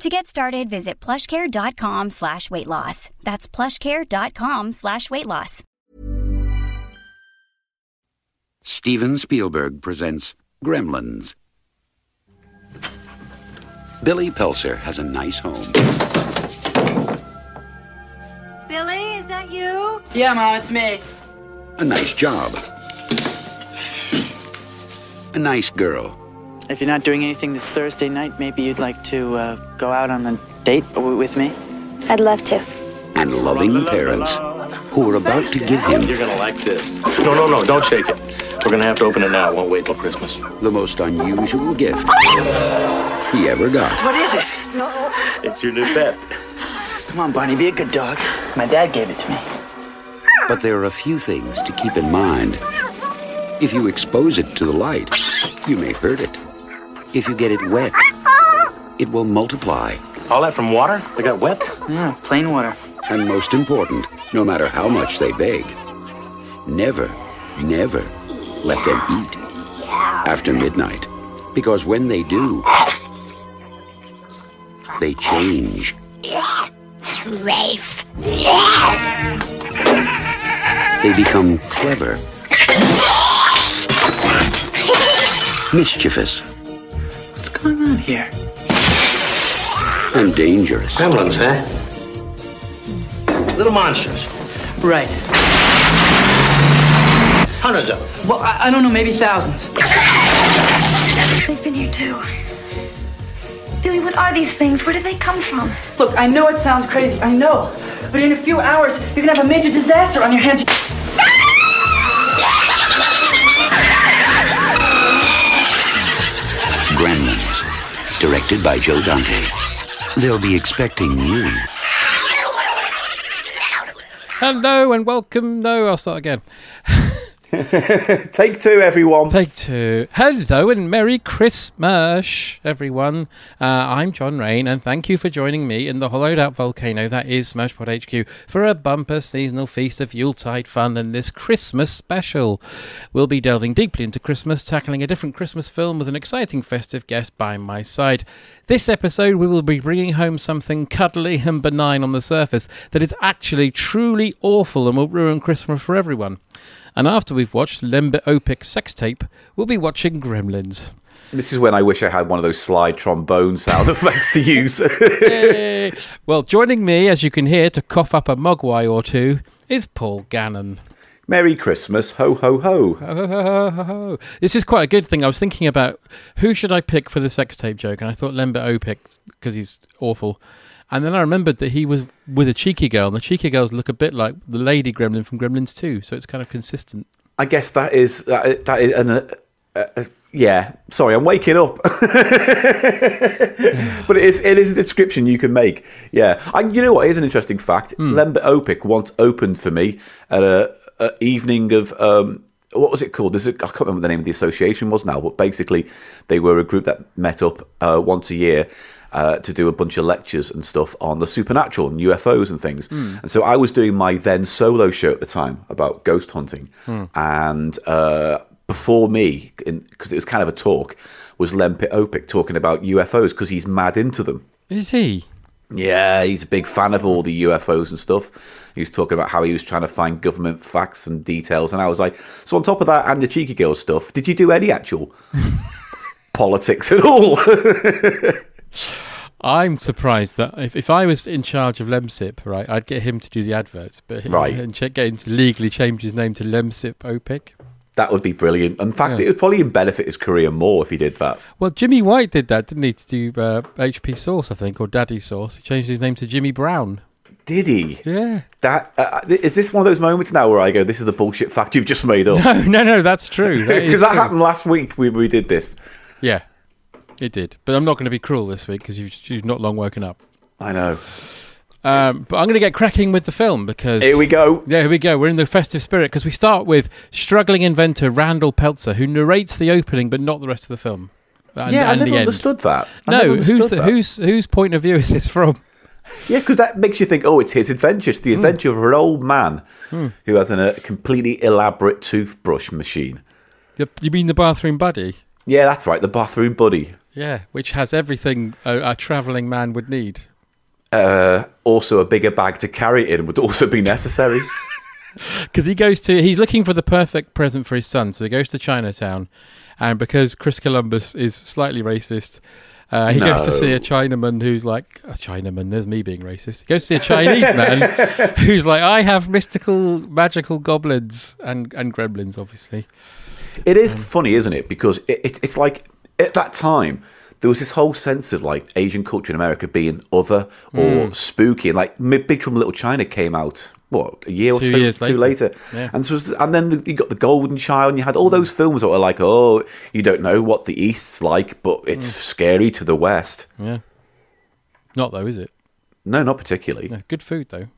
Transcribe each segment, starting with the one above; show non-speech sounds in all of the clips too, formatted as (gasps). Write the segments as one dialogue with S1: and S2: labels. S1: To get started, visit plushcare.com slash weight loss. That's plushcare.com slash weight loss.
S2: Steven Spielberg presents Gremlins. Billy Pelser has a nice home.
S3: Billy, is that you?
S4: Yeah, Mom, it's me.
S2: a nice job, a nice girl.
S4: If you're not doing anything this Thursday night, maybe you'd like to uh, go out on a date w- with me.
S3: I'd love to.
S2: and loving parents who are about to give him
S5: You're gonna like this. No, no, no, don't shake it. We're gonna have to open it now. It won't wait till Christmas.
S2: the most unusual gift he ever got.
S4: What is it?
S5: It's your new pet.
S4: Come on, Barney, be a good dog. My dad gave it to me.
S2: But there are a few things to keep in mind. If you expose it to the light, you may hurt it. If you get it wet, it will multiply.
S5: All that from water? They got wet?
S4: Yeah, plain water.
S2: And most important, no matter how much they beg, never, never let them eat after midnight. Because when they do, they change. They become clever, mischievous,
S4: What's going on here?
S2: and dangerous.
S5: Gremlins, huh? Little monsters.
S4: Right.
S5: Hundreds of them.
S4: Well, I, I don't know, maybe thousands.
S3: They've been here too. Billy, what are these things? Where do they come from?
S4: Look, I know it sounds crazy, I know. But in a few hours, you're gonna have a major disaster on your hands.
S2: Gremlins, directed by Joe Dante. They'll be expecting you.
S6: Hello and welcome. No, I'll start again.
S7: (laughs) Take two, everyone.
S6: Take two. Hello and Merry Christmas, everyone. Uh, I'm John Rain, and thank you for joining me in the hollowed out volcano that is Smashpot HQ for a bumper seasonal feast of Yuletide fun and this Christmas special. We'll be delving deeply into Christmas, tackling a different Christmas film with an exciting festive guest by my side. This episode, we will be bringing home something cuddly and benign on the surface that is actually truly awful and will ruin Christmas for everyone. And after we've watched Lembit Opic's sex tape, we'll be watching Gremlins.
S7: This is when I wish I had one of those slide trombone
S6: (laughs)
S7: sound effects to use.
S6: Well, joining me, as you can hear, to cough up a mogwai or two is Paul Gannon.
S7: Merry Christmas, ho ho ho.
S6: This is quite a good thing. I was thinking about who should I pick for the sex tape joke, and I thought Lembit Opic because he's awful. And then I remembered that he was with a cheeky girl, and the cheeky girls look a bit like the lady gremlin from Gremlins 2, so it's kind of consistent.
S7: I guess that is that, that is an. Uh, uh, yeah, sorry, I'm waking up. but it is it is a description you can make. Yeah, I, you know what? Here's an interesting fact. Lembit Opic once opened for me at a, a evening of um, what was it called? There's a, I can't remember what the name of the association was now, but basically they were a group that met up uh, once a year. Uh, to do a bunch of lectures and stuff on the supernatural and UFOs and things. And so I was doing my then solo show at the time about ghost hunting. Hmm. And uh, before me, because it was kind of a talk, was Lempit Opic talking about UFOs because he's mad into them.
S6: Is he?
S7: Yeah, he's a big fan of all the UFOs and stuff. He was talking about how he was trying to find government facts and details, and I was like, so on top of that and the cheeky girl stuff, (laughs) did you do any actual politics at all?
S6: I'm surprised that if, if I was in charge of Lemsip, right, I'd get him to do the adverts, but
S7: Right.
S6: and ch- get him to legally change his name to Lemsip Opic.
S7: That would be brilliant. In fact,
S6: Yeah.
S7: it would probably benefit his career more if he did that.
S6: Well, Jimmy White did that, didn't he? To do uh, HP Sauce, I think, or Daddy Sauce. He changed his name to Jimmy Brown.
S7: Did he?
S6: Yeah.
S7: That uh, is this one of those moments now where I go, "This is the bullshit fact you've just made up."
S6: Oh (laughs) no, no, that's true. That
S7: (laughs) Because
S6: is
S7: that
S6: true.
S7: happened last week. We we did this.
S6: Yeah, it did. But I'm not going to be cruel this week because you've, you've not long woken up.
S7: I know.
S6: Um, but I'm going to get cracking with the film because
S7: Here we go.
S6: Yeah, here we go. We're in the festive spirit because we start with struggling inventor Randall Peltzer, who narrates the opening but not the rest of the film. Uh, And,
S7: yeah, I
S6: and
S7: never
S6: the end.
S7: understood that. I
S6: No,
S7: never
S6: who's
S7: understood
S6: the,
S7: that.
S6: whose whose point of view is this from?
S7: Yeah, because that makes you think, oh, it's his adventure. It's the adventure of an old man who has an, a completely elaborate toothbrush machine.
S6: The- You mean the bathroom buddy?
S7: Yeah, that's right, the bathroom buddy.
S6: Yeah, which has everything a, a traveling man would need.
S7: Uh, Also, a bigger bag to carry it in would also be
S6: (laughs)
S7: necessary. (laughs)
S6: Because he goes to, he's looking for the perfect present for his son, so he goes to Chinatown, and because Chris Columbus is slightly racist, uh, he goes to see a Chinaman who's like a Chinaman. There's me being racist. He goes to see a Chinese man
S7: (laughs)
S6: who's like, I have mystical, magical goblins and and gremlins, obviously.
S7: It is funny, isn't it? Because it, it, it's like at that time there was this whole sense of like Asian culture in America being other
S6: Hmm.
S7: or spooky, and like Mi- Big Trouble in Little China came out what a year or
S6: Two
S7: two,
S6: years
S7: two
S6: later.
S7: later,
S6: Yeah.
S7: and so it's- and then you got the Golden Child, and you had all those films that were like, oh, you don't know what the East's like, but it's scary to the West.
S6: Not though, is it?
S7: No, not particularly.
S6: No, good food though.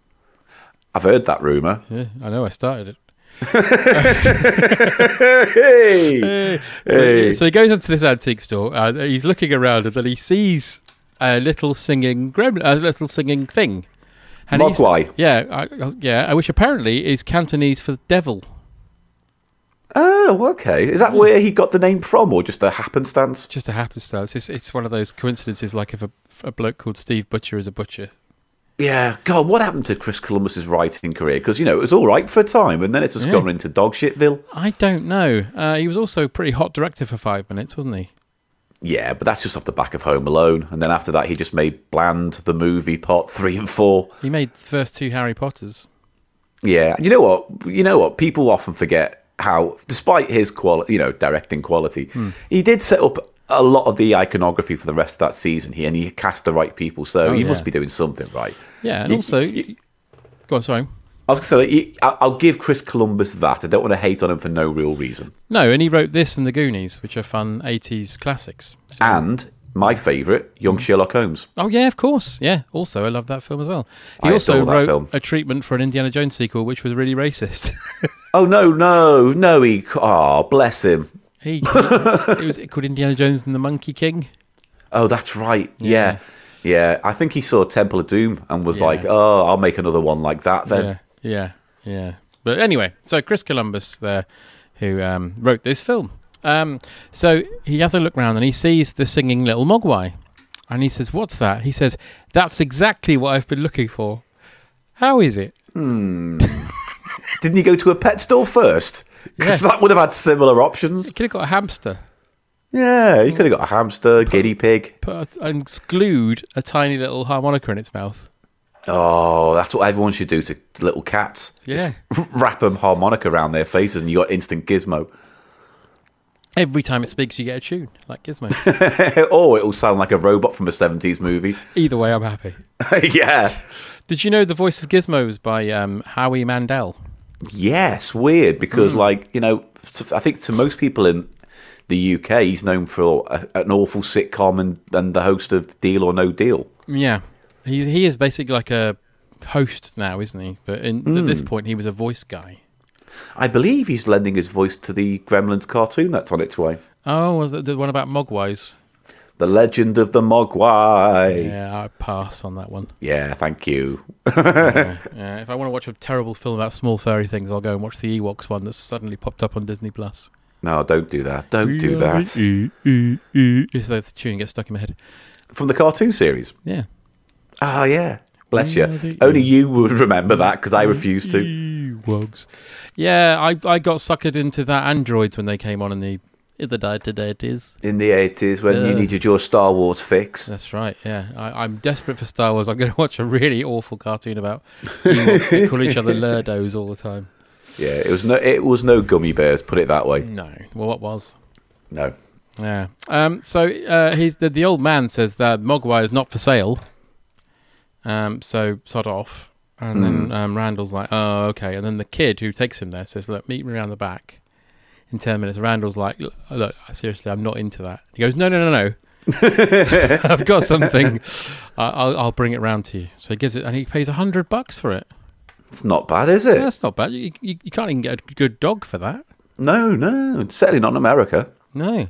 S7: I've heard that rumor.
S6: Yeah, I know. I started it.
S7: Hey,
S6: So, so he goes into this antique store. Uh, he's looking around, and then he sees a little singing gremlin, a little singing thing. And he's-
S7: Mogwai.
S6: Yeah, I- I, yeah, which apparently is Cantonese for devil. Hmm.
S7: oh, okay. Is that where he got the name from, or just a happenstance?
S6: Just a happenstance. It's, it's one of those coincidences, like if a, a bloke called Steve Butcher is a butcher.
S7: Yeah, God, what happened to Chris Columbus's writing career? Because you know it was all right for a time, and then it's just
S6: Yeah.
S7: gone into dog shitville.
S6: I don't know. Uh, he was also a pretty hot director for five minutes, wasn't he?
S7: Yeah, but that's just off the back of Home Alone, and then after that, he just made Bland the movie part three and four.
S6: He made the first two Harry Potters.
S7: Yeah, you know what? You know what? People often forget how, despite his quality, you know, directing quality, he did set up a lot of the iconography for the rest of that season. He and he cast the right people, so
S6: Oh,
S7: he
S6: yeah.
S7: must be doing something right.
S6: Yeah, and
S7: You-
S6: also,
S7: you-
S6: go on, sorry.
S7: I was going to say, I- I'll give Chris Columbus that. I don't want to hate on him for no real reason.
S6: No, and he wrote this and The Goonies, which are fun '80s classics.
S7: And my favourite, young Sherlock Holmes.
S6: Oh yeah, of course. Yeah. Also, I love that film as well. He
S7: I
S6: also
S7: adore that
S6: wrote
S7: film.
S6: a treatment for an Indiana Jones sequel, which was really racist. (laughs)
S7: Oh no, no, no! He, oh, bless him. (laughs)
S6: he, he- it was called Indiana Jones and the Monkey King.
S7: Oh, that's right. Yeah. yeah, I think he saw Temple of Doom and was
S6: Yeah.
S7: like, "Oh, I'll make another one like that." Then
S6: Yeah, yeah, yeah. But anyway, so Chris Columbus there, who um, wrote this film. Um, so he has a look round and he sees the singing little Mogwai, and he says, "What's that?" He says, "That's exactly what I've been looking for." How is it?
S7: didn't he go to a pet store first? Because
S6: Yeah.
S7: that would have had similar options.
S6: He could have got a hamster,
S7: Yeah, he could have got a hamster, guinea pig.
S6: put a, and glued a tiny little harmonica in its mouth.
S7: Oh, that's what everyone should do to little cats.
S6: Yeah.
S7: Just wrap them harmonica around their faces, and you got instant gizmo.
S6: Every time it speaks, you get a tune like Gizmo.
S7: or it'll sound like a robot from a seventies movie.
S6: Either way, I'm happy.
S7: (laughs) yeah.
S6: Did you know the voice of Gizmo was by um, Howie Mandel?
S7: Yes, weird
S4: Hmm.
S7: because, like, you know, t- I think to most people in the UK, he's known for a, an awful sitcom and, and the host of Deal or No Deal.
S6: Yeah, he he is basically like a host now, isn't he? But in, at this point, he was a voice guy.
S7: Hmm. I believe he's lending his voice to the Gremlins cartoon that's on its way.
S6: Oh, was that the one about Mogwais?
S7: The Legend of the Mogwai.
S6: Yeah, I pass on that one.
S7: Yeah, thank you. (laughs)
S6: Yeah, if I want to watch a terrible film about small furry things, I'll go and watch the Ewoks one that's suddenly popped up on Disney Plus.
S7: No, don't do that. Don't do that.
S6: Yes, the tune gets stuck in my head.
S7: From the cartoon series.
S6: Yeah.
S7: Ah, yeah. Bless
S6: Yeah, they-
S7: you. Only you would remember that because I refuse to.
S6: Ewoks. Yeah, I, I got suckered into that androids when they came on in the in the 1980s.
S7: in the 80s when you
S6: Yeah.
S7: needed your Star Wars fix.
S6: That's right, yeah. I, I'm desperate for Star Wars. I'm going to watch a really awful cartoon about Ewoks that call
S7: (laughs)
S6: each other Lurdos all the time.
S7: Yeah, it was no it was no gummy bears, put it that way.
S6: No. Well, what was?
S7: No.
S6: Yeah. Um, so uh, he's, the, the old man says that Mogwai is not for sale. Um, so sod off. And
S7: Hmm.
S6: then um, Randall's like, oh, okay. And then the kid who takes him there says, look, meet me around the back in 10 minutes. Randall's like, look, look, seriously, I'm not into that. He goes, no,
S7: (laughs)
S6: no, no, no. I've got something. I- I'll, I'll bring it round to you. So he gives it, and he pays a hundred bucks for it.
S7: It's not bad, is it?
S6: That's not bad. You, you, you can't even get a good dog for that.
S7: No, no. Certainly not in America.
S6: No.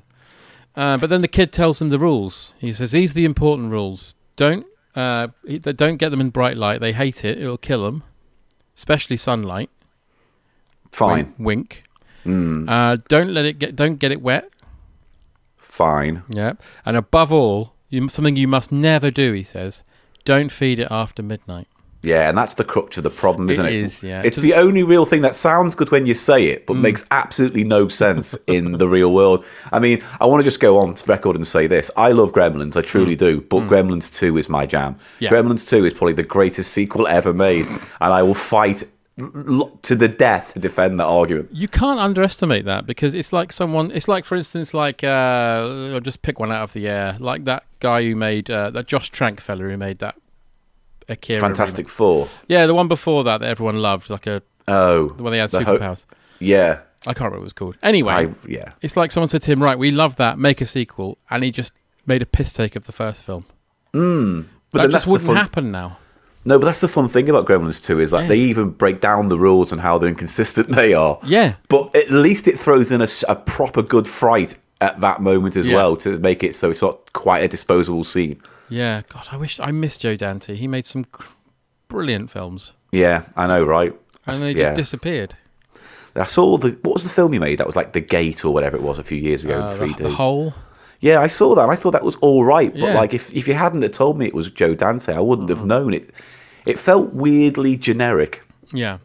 S6: Uh, but then the kid tells him the rules. He says these are the important rules. Don't uh, he- they don't get them in bright light. They hate it. It'll kill them, especially sunlight.
S7: Fine. Hmm.
S6: Wink. Uh, don't let it get. Don't get it wet.
S7: Fine.
S6: Yeah. And above all, you, something you must never do. He says, don't feed it after midnight.
S7: Yeah, and that's the crux of the problem, isn't it?
S6: is, yeah. Mm.
S7: It's the only real thing that sounds good when you say it, but makes absolutely no
S6: (laughs)
S7: sense in the real world. I mean, I want to just go on record and say this. I love Gremlins, I truly do, but Gremlins 2 is my jam.
S6: Mm. Yeah.
S7: Gremlins 2 is probably the greatest sequel ever
S6: (laughs)
S7: made, and I will fight l- l- to the death to defend that argument.
S6: You can't underestimate that because it's like someone. It's like, for instance, like uh, I'll just pick one out of the air, like that guy who made uh, that Josh Trank fella who made that Akira.
S7: Fantastic Four.
S6: Yeah, the one before that that everyone loved, like a
S7: Oh.
S6: the one they had
S7: The ho-
S6: superpowers.
S7: yeah.
S6: I can't remember what it was called. Anyway,
S7: I, yeah.
S6: it's like someone said to him, "Right, we love that. Make a sequel," and he just made a piss take of the first film.
S7: Hmm. But
S6: that
S7: then that's
S6: just
S7: the
S6: wouldn't
S7: fun-
S6: happen now.
S7: No, but that's the fun thing about Gremlins 2 is that they even break down the rules and how they're inconsistent (laughs) they are.
S6: Yeah.
S7: But at least it throws in a, s- a proper good fright at that moment as
S6: Yeah.
S7: well to make it so it's not quite a
S4: (laughs)
S7: disposable scene.
S6: Yeah, God, I wish I missed Joe Dante. He made some cr- brilliant films,
S7: Yeah, I know, right?
S6: and then he
S7: yeah.
S6: just disappeared.
S7: I saw the what was the film you made that was like The Gate or whatever it was a few years ago
S6: Uh,
S7: in
S6: the,
S7: 3D.
S6: the hole.
S7: Yeah, I saw that. and I thought that was all right, but
S6: Yeah. Hmm.
S7: like if if you hadn't have told me it was Joe Dante, I wouldn't have known it. It felt weirdly generic.
S6: Yeah,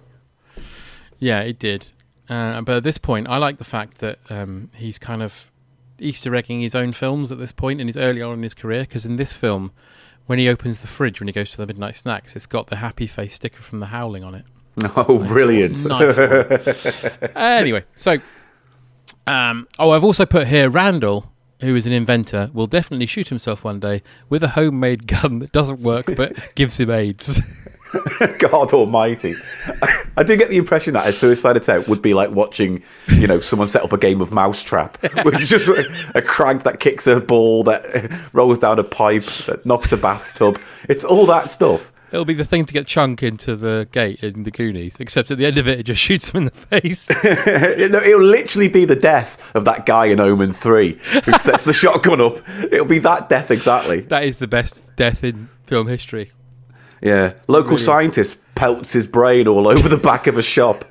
S6: yeah, it did. Uh, but at this point, I like the fact that um, he's kind of Easter egging his own films at this point, and he's early on in his career. Because in this film, when he opens the fridge when he goes to the midnight snacks, it's got the happy face sticker from The Howling on it.
S7: (laughs) Oh, brilliant.
S6: (laughs) Nice. one. anyway, so um, oh, I've also put here Randall, who is an inventor, will definitely shoot himself one day with a homemade gun that doesn't
S7: (laughs)
S6: work but gives him AIDS. (laughs)
S7: God Almighty! (laughs) I do get the impression that a suicide attempt would be like watching, you know, someone set up a game of mousetrap, which is just (laughs) a crank that kicks a ball, that rolls down a pipe, that knocks a bathtub. It's all that stuff.
S6: It'll be the thing to get Chunk into the gate in the Goonies, except at the end of it, it just shoots him in the (laughs) face.
S7: It, will literally be the death of that guy in Omen Three who sets the (laughs) shotgun up. It'll be that death exactly.
S6: that is the best death in film history.
S7: Yeah, local scientist pelts his brain all (laughs) over the back of a shop.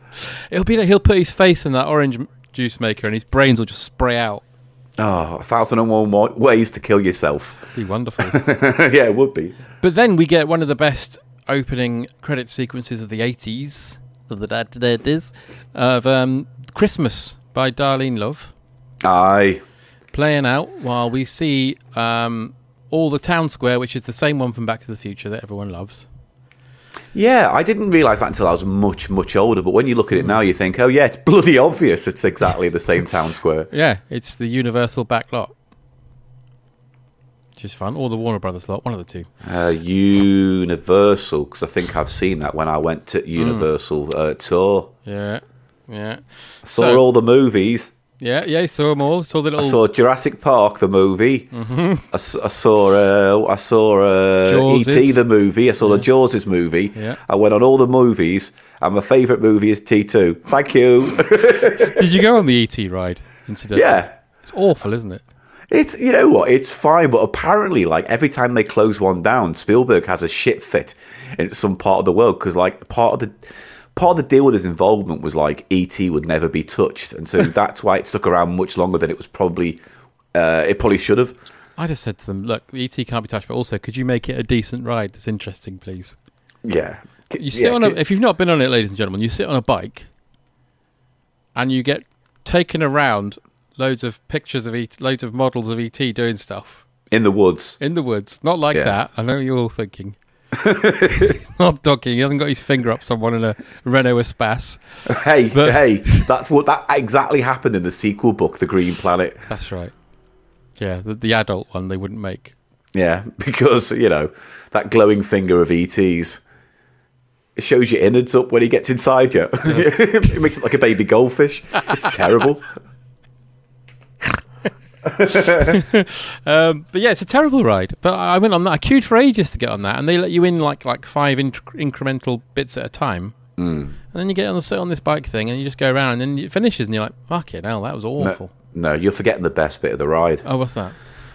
S6: It'll be like he'll put his face in that orange m- juice maker and his brains will just spray out.
S7: Oh, a thousand and one wa- ways to kill yourself.
S6: Be wonderful.
S7: (laughs) yeah, it would be.
S6: But then we get one of the best opening credit sequences of the 80s, of the da- da- da's, of um, Christmas by Darlene Love,
S7: Aye.
S6: playing out while we see um, all the town square, which is the same one from Back to the Future that everyone loves.
S7: Yeah, I didn't realise that until I was much, much older. But when you look at it now, you think, oh, yeah, it's bloody obvious. It's exactly the same town square.
S6: (laughs) Yeah, it's the Universal backlot. Which is fun. Or the Warner Brothers lot, one of the two.
S7: Uh, Universal, because I think I've seen that when I went to Universal uh, tour.
S6: Hmm. Yeah, yeah.
S7: Saw
S6: So-
S7: all the movies.
S6: Yeah, yeah, saw them all. Saw the
S7: I
S6: little
S7: saw Jurassic Park, the movie.
S6: Mm-hmm.
S7: I, s- I saw uh, I saw uh,
S6: Jaws
S7: E.T.
S6: is-
S7: the movie. I saw the Jaws movie.
S6: Yeah.
S7: I went on all the movies, and my favourite movie is T2. Thank you.
S6: Did you go on the ET ride? Incidentally,
S7: yeah.
S6: It's awful, isn't it?
S7: It's you know what it's fine, but apparently, like every time they close one down, Spielberg has a shit fit in some part of the world because like part of the part of the deal with his involvement was like E ET would never be touched, and
S6: (laughs)
S7: so that's why it stuck around much longer than it was probably uh, it probably should have.
S6: I just said to them, look, the ET can't be touched, but also, could you make it a decent ride that's interesting, please?
S7: Yeah,
S6: You sit
S7: Yeah,
S6: on a,
S7: c-
S6: if you've not been on it, ladies and gentlemen, you sit on a bike and you get taken around loads of pictures of ET, loads of models of ET doing stuff
S7: in the woods.
S6: in the woods. Not like
S7: Yeah.
S6: that. I know what you're
S7: (laughs)
S6: all thinking. Not doggy. He hasn't got his finger up someone in a Renault Espace.
S7: (laughs) Hey,
S6: But-
S7: hey, that's what that exactly happened in the sequel book, The Green Planet.
S6: (laughs)
S7: (laughs)
S6: That's right. Yeah, the, the adult one they wouldn't make.
S7: Yeah, because you know that glowing finger of ET's. It shows your innards up when he gets inside you. (laughs) it makes it like a baby goldfish.
S6: (laughs)
S7: It's terrible.
S6: Um, but yeah, it's a terrible ride. But I I went on that. I queued for ages to get on that, and they let you in like like five in- incremental bits at a time.
S7: Mm.
S6: And then you get on the sit on this bike thing, and you just go around, and it finishes, and you're like, "Fuck it, hell, that was awful."
S7: No, you're forgetting the best bit of the ride.
S6: Oh, what's that?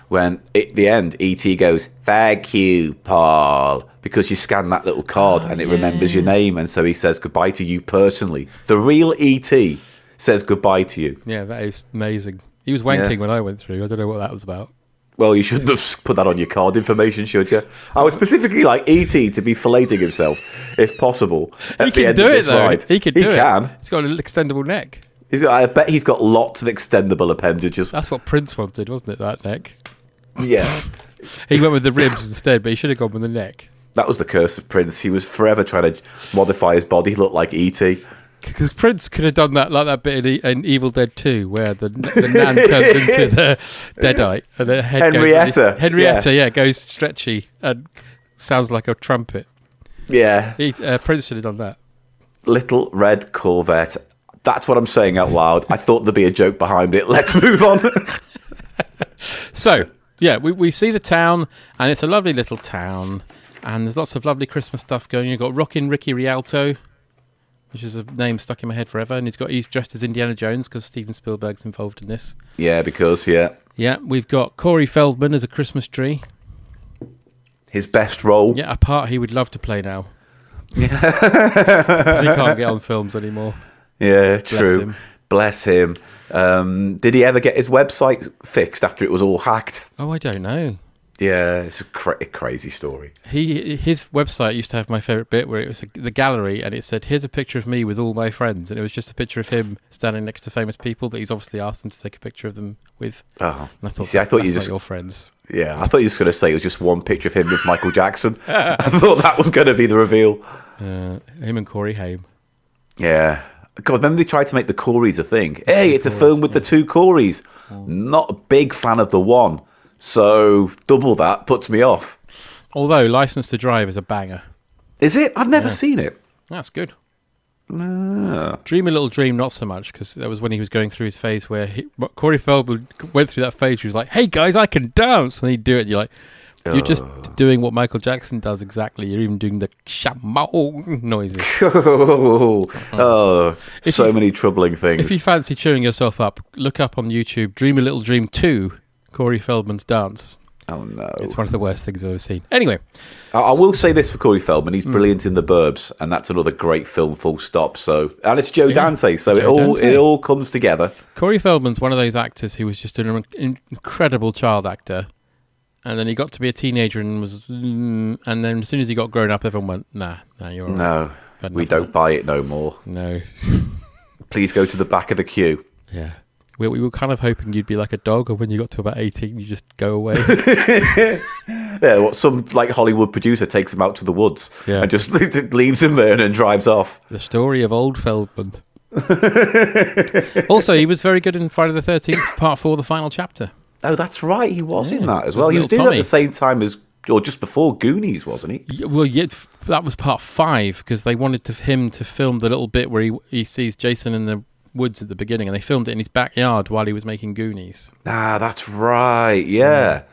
S7: When at the end, ET goes, "Thank you, Paul," because you scan that little card and it remembers your name, and so he says goodbye to you personally. The real ET says goodbye to you.
S6: Yeah, that is amazing. He was wanking when I went through. I don't know what that was about.
S7: Well, you shouldn't have put that on your card information, should you? I would specifically like ET to be filleting himself, if uh, possible, at the
S6: He can
S7: end
S6: do
S7: of
S6: it
S7: this
S6: though.
S7: ride.
S6: He could do it.
S7: can.
S6: He's got an extendable neck.
S7: He's got, I bet he's got lots of extendable appendages.
S6: That's what Prince wanted, wasn't it? That neck.
S7: yeah,
S6: He went with the ribs instead, but he should have gone with the neck
S7: that was the curse of Prince. He was forever trying to modify his body, look like E ET.
S6: because Prince could have done that like that bit in, E- in Evil Dead Two, where the, the
S7: (laughs)
S6: nan turns into the deadite and the head goes like this-
S7: Henrietta,
S6: Henrietta,
S7: yeah.
S6: yeah. goes stretchy and sounds like a trumpet.
S7: Yeah,
S6: He, uh, Prince should have done that.
S7: little red Corvette. That's what I'm saying out loud. I thought there'd be a joke behind it. Let's move on.
S6: So, yeah, we, we see the town, and it's a lovely little town, and there's lots of lovely Christmas stuff going. You've got Rockin' Ricky Rialto, which is a name stuck in my head forever, and he's got he's dressed as Indiana Jones because Steven Spielberg's involved in this.
S7: yeah, because yeah,
S6: Yeah, we've got Corey Feldman as a Christmas tree.
S7: his best role.
S6: Yeah, a part he would love to
S7: (laughs)
S6: play now. 'Cause he can't get on films anymore.
S7: Yeah, true.
S6: him.
S7: Bless him. Um, did he ever get his website fixed after it was all hacked?
S6: Oh, I don't know.
S7: Yeah, it's a, cra- a crazy story.
S6: He his website used to have my favorite bit where it was the gallery and it said, "Here's a picture of me with all my friends," and it was just a picture of him standing next to famous people that he's obviously asked them to take a picture of them with.
S7: Oh,
S6: And I thought,
S7: see, I
S6: that's-
S7: thought
S6: that's
S7: you
S6: not
S7: just
S6: your friends.
S7: yeah, I thought you were just going to say it was just one picture of him with Michael Jackson. (laughs) I thought that was going to be the reveal.
S6: Uh, him and Corey Haim.
S7: Yeah. God, remember they tried to make the Coreys a thing. Hey, it's a film with the two Coreys.
S6: Mm.
S7: Not a big fan of the one, so double that puts me off.
S6: Although License to Drive is a banger.
S7: Is it? I've never seen it. Ah.
S6: That's good. Dream a little dream, not so much, because that was when he was going through his phase where he, Corey Feldman went through that phase. He was like, "Hey guys, I can dance," and he'd do it. And you're like, "You're
S7: Oh.
S6: just doing what Michael Jackson does exactly. You're even doing the
S7: (laughs)
S6: shamao noises." Uh-huh.
S7: Oh, oh,
S6: If
S7: so
S6: you-
S7: many troubling things.
S6: if you fancy cheering yourself up, look up on YouTube "Dream a Little Dream Two: Corey Feldman's Dance."
S7: oh no.
S6: It's one of the worst things I've ever seen. Anyway,
S7: I, I will say this for Corey Feldman,
S6: Mm.
S7: he's brilliant in The Burbs, and that's another great film. Full stop. So, and it's Joe Dante, so it
S6: Joe
S7: all
S6: Dante.
S7: it all comes together.
S6: Corey Feldman's one of those actors who was just an in- incredible child actor, and then he got to be a teenager and was, mm, and then as soon as he got grown up, everyone went, "Nah, nah, you're all right."
S7: No,
S6: Had
S7: we
S6: enough of
S7: don't buy it no more.
S6: no,
S7: (laughs) Please go to the back of the queue.
S6: yeah." We, we were kind of hoping you'd be like a dog, and when you got to about eighteen, you just go
S7: (laughs)
S6: away.
S7: Yeah, what some like Hollywood producer takes him out to the woods
S6: Yeah.
S7: and just (laughs) leaves him there and then drives off.
S6: the story of old Feldman. also, he was very good in Friday the Thirteenth Part Four: The Final Chapter.
S7: Oh, that's right, he was in
S6: Yeah,
S7: that as
S6: was
S7: well. He was
S6: Little
S7: doing that at
S6: Tommy.
S7: the same time as, or just before Goonies, wasn't he?
S6: Yeah, well, yeah, f- that was part five because they wanted to, him to film the little bit where he he sees Jason in the woods at the beginning, and they filmed it in his backyard while he was making Goonies.
S7: Ah, that's right. Yeah.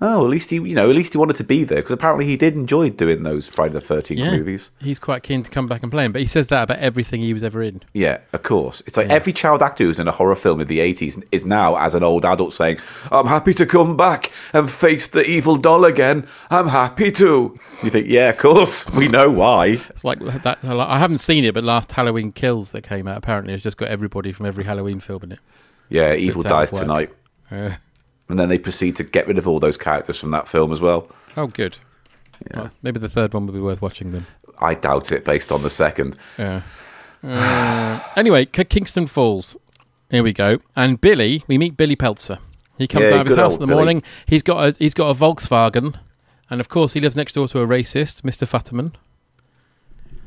S7: Oh, at least he, you know, at least he wanted to be there because apparently he did enjoy doing those Friday the Thirteenth movies.
S6: he's quite keen to come back and play him, but he says that about everything he was ever in.
S7: Yeah, of course. It's like every child actor who's in a horror film in the eighties is now, as an old adult, saying, "I'm happy to come back and face the evil doll again. I'm happy to." (laughs) You think, yeah, of course, we know why.
S6: It's like that. I haven't seen it, but last Halloween Kills that came out apparently has just got everybody from every Halloween film in it.
S7: Yeah, evil
S6: Good time
S7: dies
S6: work.
S7: tonight,
S6: Yeah.
S7: and then they proceed to get rid of all those characters from that film as well.
S6: Oh, good. Well, maybe the third one would be worth watching then.
S7: I doubt it, based on the second.
S6: Yeah. Uh, anyway, K- Kingston Falls. Here we go. And Billy, we meet Billy Peltzer. He comes
S7: Yeah,
S6: out of his
S7: good
S6: house
S7: old
S6: in the
S7: Billy.
S6: morning. He's got a he's got a Volkswagen, and of course he lives next door to a racist, Mister Futterman,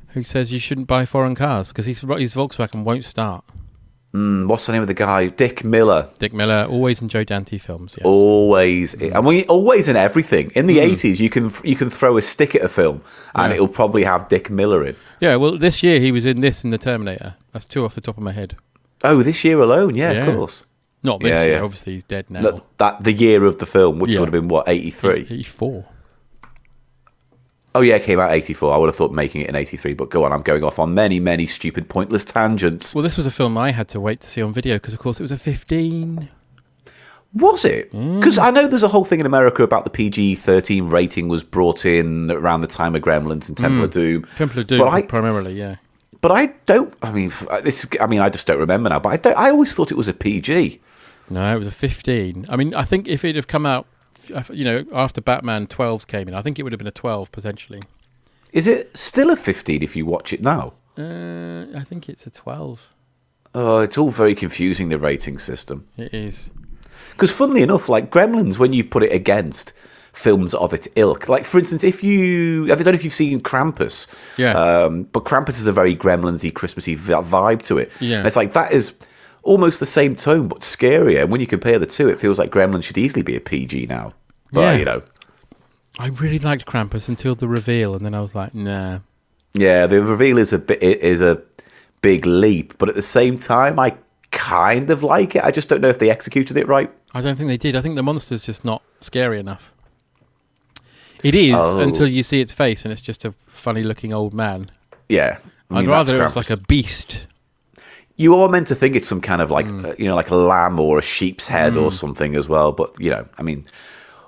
S6: who says you shouldn't buy foreign cars because his his Volkswagen won't start.
S7: Mm, What's the name of the guy? Dick Miller.
S6: Dick Miller, always in Joe Dante films. Yes.
S7: Oh. Always, i- and we always in everything. In the eighties, you can you can throw a stick at a film, and
S6: Hmm. Yeah.
S7: it'll probably have Dick Miller in.
S6: Yeah, well, this year he was in this in the Terminator. That's two off the top of my head.
S7: Oh, this year alone, yeah,
S6: Yeah.
S7: of course.
S6: Not this
S7: Yeah,
S6: year,
S7: yeah.
S6: obviously he's dead now.
S7: That, that the year of the film, which
S6: Yeah.
S7: would have been what eighty three.
S6: Eighty-four.
S7: Oh yeah, it came out eighty four. I would have thought making it in eighty three, but go on, I'm going off on many many stupid pointless tangents.
S6: Well, this was a film I had to wait to see on video because, of course, it was a fifteen.
S7: Was it? Because I know there's a whole thing in America about the PG thirteen rating was brought in around the time of Gremlins and Temple of Doom.
S6: Hmm. Temple of Doom,
S7: But I,
S6: primarily, yeah.
S7: but I don't. I mean, f- this. is- I mean, I just don't remember now. But I don't. I always thought it was a PG.
S6: No, it was a 15. I mean, I think if it had come out, you know, after Batman 12s came in, I think it would have been a 12 potentially.
S7: Is it still a 15 if you watch it now?
S6: Uh, I think it's a 12.
S7: Oh, it's all very confusing, the rating system.
S6: It is.
S7: Because, funnily enough, like Gremlins, when you put it against films of its ilk, like, for instance, if you, I don't know if you've seen Krampus,
S6: Yeah.
S7: um, but Krampus is a very Gremlinsy, Christmassy vi- vibe to it.
S6: Yeah.
S7: And it's like that is almost the same tone, but scarier. And when you compare the two, it feels like Gremlins should easily be a PG now. But,
S6: Yeah.
S7: you know,
S6: I really liked Krampus until the reveal, and then I was like, nah.
S7: Yeah, the reveal is a bit it is a big leap, but at the same time, I kind of like it. I just don't know if they executed it right.
S6: I don't think they did. I think the monster's just not scary enough. It is
S7: Oh.
S6: until you see its face, and it's just a funny looking old man.
S7: Yeah, I
S6: I'd
S7: mean,
S6: rather it
S7: that's
S6: was like
S7: Krampus.
S6: a beast.
S7: You are meant to think it's some kind of like uh, you know, like a lamb or a sheep's head or something as well. But you know, I mean,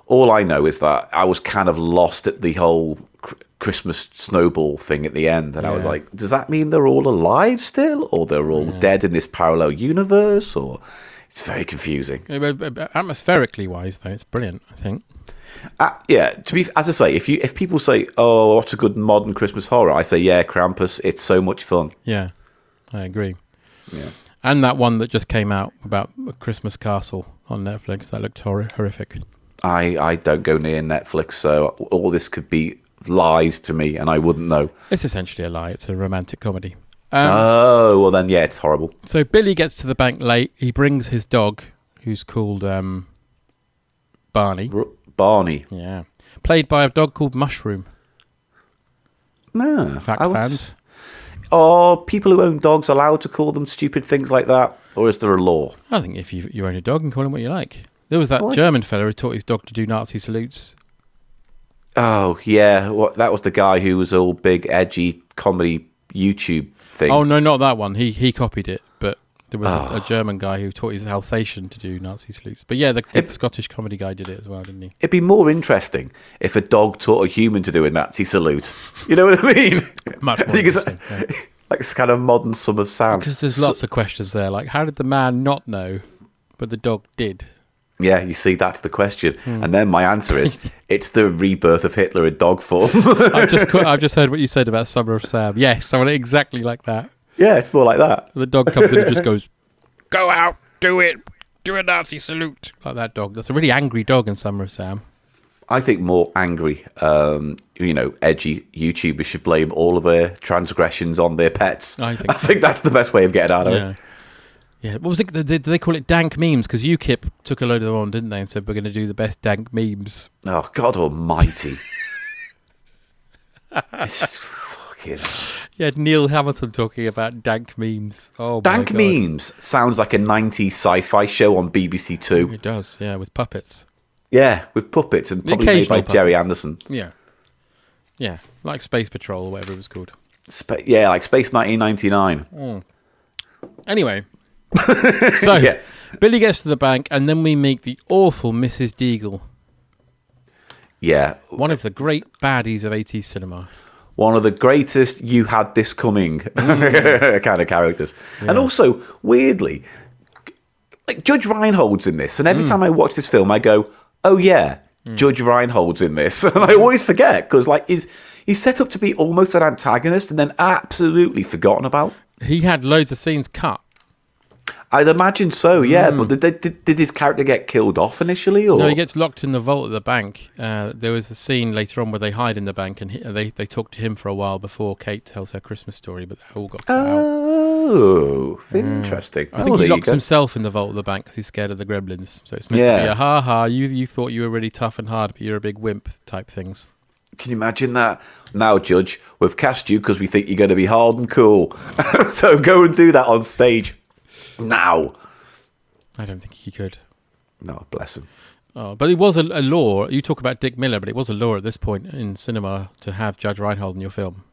S7: all I know is that I was kind of lost at the whole cr- Christmas snowball thing at the end, and I was
S6: Yeah.
S7: like, does that mean they're all alive still, or they're all dead in this parallel universe, or? It's very confusing.
S6: Uh, but- but Atmospherically wise, though, it's brilliant, I think.
S7: Uh, yeah, to be as I say, if you if people say, "Oh, what a good modern Christmas horror," I say, "Yeah, Krampus, it's so much fun." (laughs)
S6: Yeah, I agree.
S7: Yeah.
S6: And that one that just came out about Christmas Castle on Netflix that looked hor- horrific.
S7: I I don't go near Netflix, so all this could be lies to me, and I wouldn't know.
S6: It's essentially a lie. It's a romantic comedy. Um,
S7: oh well, then yeah, it's horrible.
S6: So Billy gets to the bank late. He brings his dog, who's called um, Barney.
S7: R- Barney,
S6: Yeah, played by a dog called Mushroom.
S7: no,
S6: Fact
S7: Ah, I was-
S6: fans.
S7: Are people who own dogs allowed to call them stupid things like that, or is there a law?
S6: I think if you you own a dog, you can call him what you like. There was that
S7: Well, I-
S6: German fella who taught his dog to do Nazi salutes.
S7: Oh yeah, what, that was the guy who was all big, edgy comedy YouTube thing. Ah.
S6: Oh no, not that one. He he copied it, but there was a, a German guy who taught his Alsatian to do Nazi salutes. But yeah, the, the Scottish comedy guy did it as well, didn't he?
S7: It'd be more interesting if a dog taught a human to do a Nazi
S6: (laughs)
S7: salute. You know what I mean? (laughs)
S6: Much more
S7: Like it's-
S6: interesting,
S7: (laughs) Like it's kind of modern sum of sound.
S6: Because there's lots of questions there, like how did the man not know, but the dog
S7: (laughs)
S6: did?
S7: yeah, you see, that's the question. And then my answer is, it's the rebirth of Hitler in dog form.
S6: I've just cu- I've just heard what you said about Summer of Sam. Yes, I want it exactly like that.
S7: (laughs) yeah, it's more like that.
S6: The dog comes in and just goes, "Go out, do it, do a Nazi salute." Like that dog. That's a really angry dog in Summer of Sam.
S7: I think more angry, um, you know, edgy YouTubers should blame all of their transgressions on their pets. (laughs)
S6: I think so.
S7: that's the best way of getting out of
S6: Yeah.
S7: it.
S6: Yeah, what was it? Did they, they call it dank memes? Because UKIP took a load of them on, didn't they? And said we're going to do the best dank memes.
S7: Oh, God almighty. it's fucking...
S6: Yeah, Neil Hamilton talking about dank memes. Oh, my
S7: Dank
S6: God.
S7: Memes sounds like a 90s sci fi show on BBC Two.
S6: It does, yeah, with puppets.
S7: Yeah, with puppets and
S6: The
S7: probably made by
S6: occasional
S7: Jerry Anderson.
S6: Yeah, yeah, like Space Patrol or whatever it was called.
S7: Spa Uh, yeah, like Space 1999. (laughs)
S6: Anyway, so
S7: Yeah.
S6: Billy gets to the bank, and then we meet the awful Mrs. Deagle,
S7: Yeah,
S6: one of the great baddies of 80s cinema.
S7: one of the greatest you had this coming kind of characters. And also, weirdly, like Judge Reinhold's in this. And every time I watch this film, I go, oh, yeah. Judge Reinhold's in this, (laughs) and I always forget because like he's he's set up to be almost an antagonist, and then absolutely forgotten about.
S6: He had loads of scenes cut.
S7: I'd imagine so, yeah. But did, did, did his character get killed off initially? Or
S6: No, he gets locked in the vault at the bank. Uh, there was a scene later on where they hide in the bank and he, they they talk to him for a while before Kate tells her Christmas story, but that all got cut out.
S7: Oh, interesting.
S6: I think
S7: Oh, there
S6: he
S7: you
S6: locks
S7: go.
S6: himself in the vault of the bank because he's scared of the gremlins. So it's meant to be
S7: Yeah.
S6: a ha ha. You you thought you were really tough and hard, but you're a big wimp type things.
S7: Can you imagine that? Now, Judge, we've cast you because we think you're going to be hard and cool. (laughs) so go and do that on stage now.
S6: I don't think he could.
S7: No, bless him.
S6: Oh, but it was a, a law. You talk about Dick Miller, but it was a law at this point in cinema to have Judge Reinhold in your film.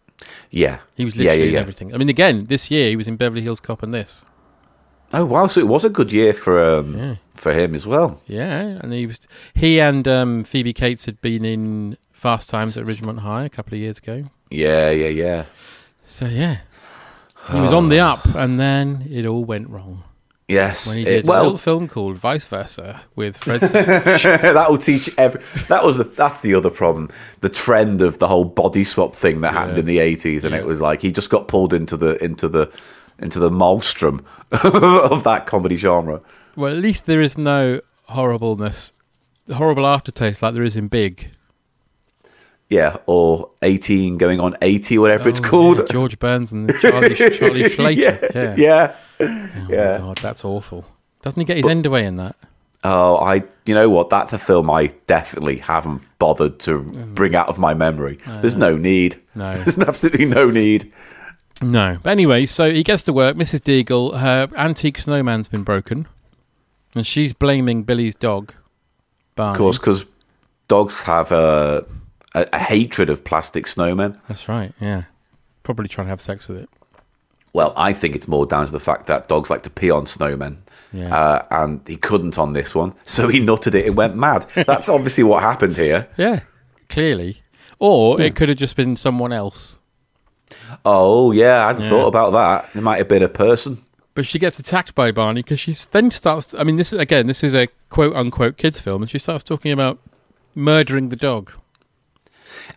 S7: Yeah.
S6: He was
S7: Yeah,
S6: literally
S7: yeah,
S6: in
S7: yeah.
S6: everything. I mean, again, this year he was in Beverly Hills Cop and this.
S7: Oh, wow. So it was a good year for um, for him as well.
S6: Yeah, and he was he and um, Phoebe Cates had been in Fast Times at Ridgemont High a couple of years ago.
S7: Yeah, yeah, yeah.
S6: So yeah, he was on the up, and then it all went wrong.
S7: Yes.
S6: when he
S7: it-
S6: did a
S7: well,
S6: little film called Vice Versa with Fred.
S7: (laughs)
S6: Savage.
S7: that will teach every. That was the, that's the other problem. The trend of the whole body swap thing that happened in the eighties, and it was like he just got pulled into the into the into the maelstrom of that comedy genre.
S6: well, at least there is no horribleness, horrible aftertaste like there is in Big.
S7: Yeah, or eighteen going on eighty, whatever it's
S6: Oh, yeah,
S7: called.
S6: George Burns and
S7: (laughs)
S6: Charlie Charlie Schlater. Yeah,
S7: yeah. yeah.
S6: Oh
S7: yeah.
S6: my God, that's awful. Doesn't he get his end away in that?
S7: Oh, I. You know what? That's a film I definitely haven't bothered to bring out of my memory. There's no need. (laughs)
S6: no.
S7: There's absolutely no need.
S6: No. But anyway, so he gets to work. Mrs. Deagle, her antique snowman's been broken, and she's blaming Billy's dog. Barney.
S7: Of course, because dogs have a, a, a hatred of plastic snowmen.
S6: That's right. Yeah. Probably trying to have sex with it.
S7: Well, I think it's more down to the fact that dogs like to pee on snowmen.
S6: Yeah.
S7: Uh, and he couldn't on this one, so he nutted it and went mad. (laughs) That's obviously what happened here.
S6: Yeah. Clearly. Or it could have just been someone else.
S7: Oh, yeah, I hadn't
S6: Yeah.
S7: thought about that. It might have been a person.
S6: But she gets attacked by Barney because she then starts. I mean, this is again, this is a quote unquote kids film, and she starts talking about murdering the dog.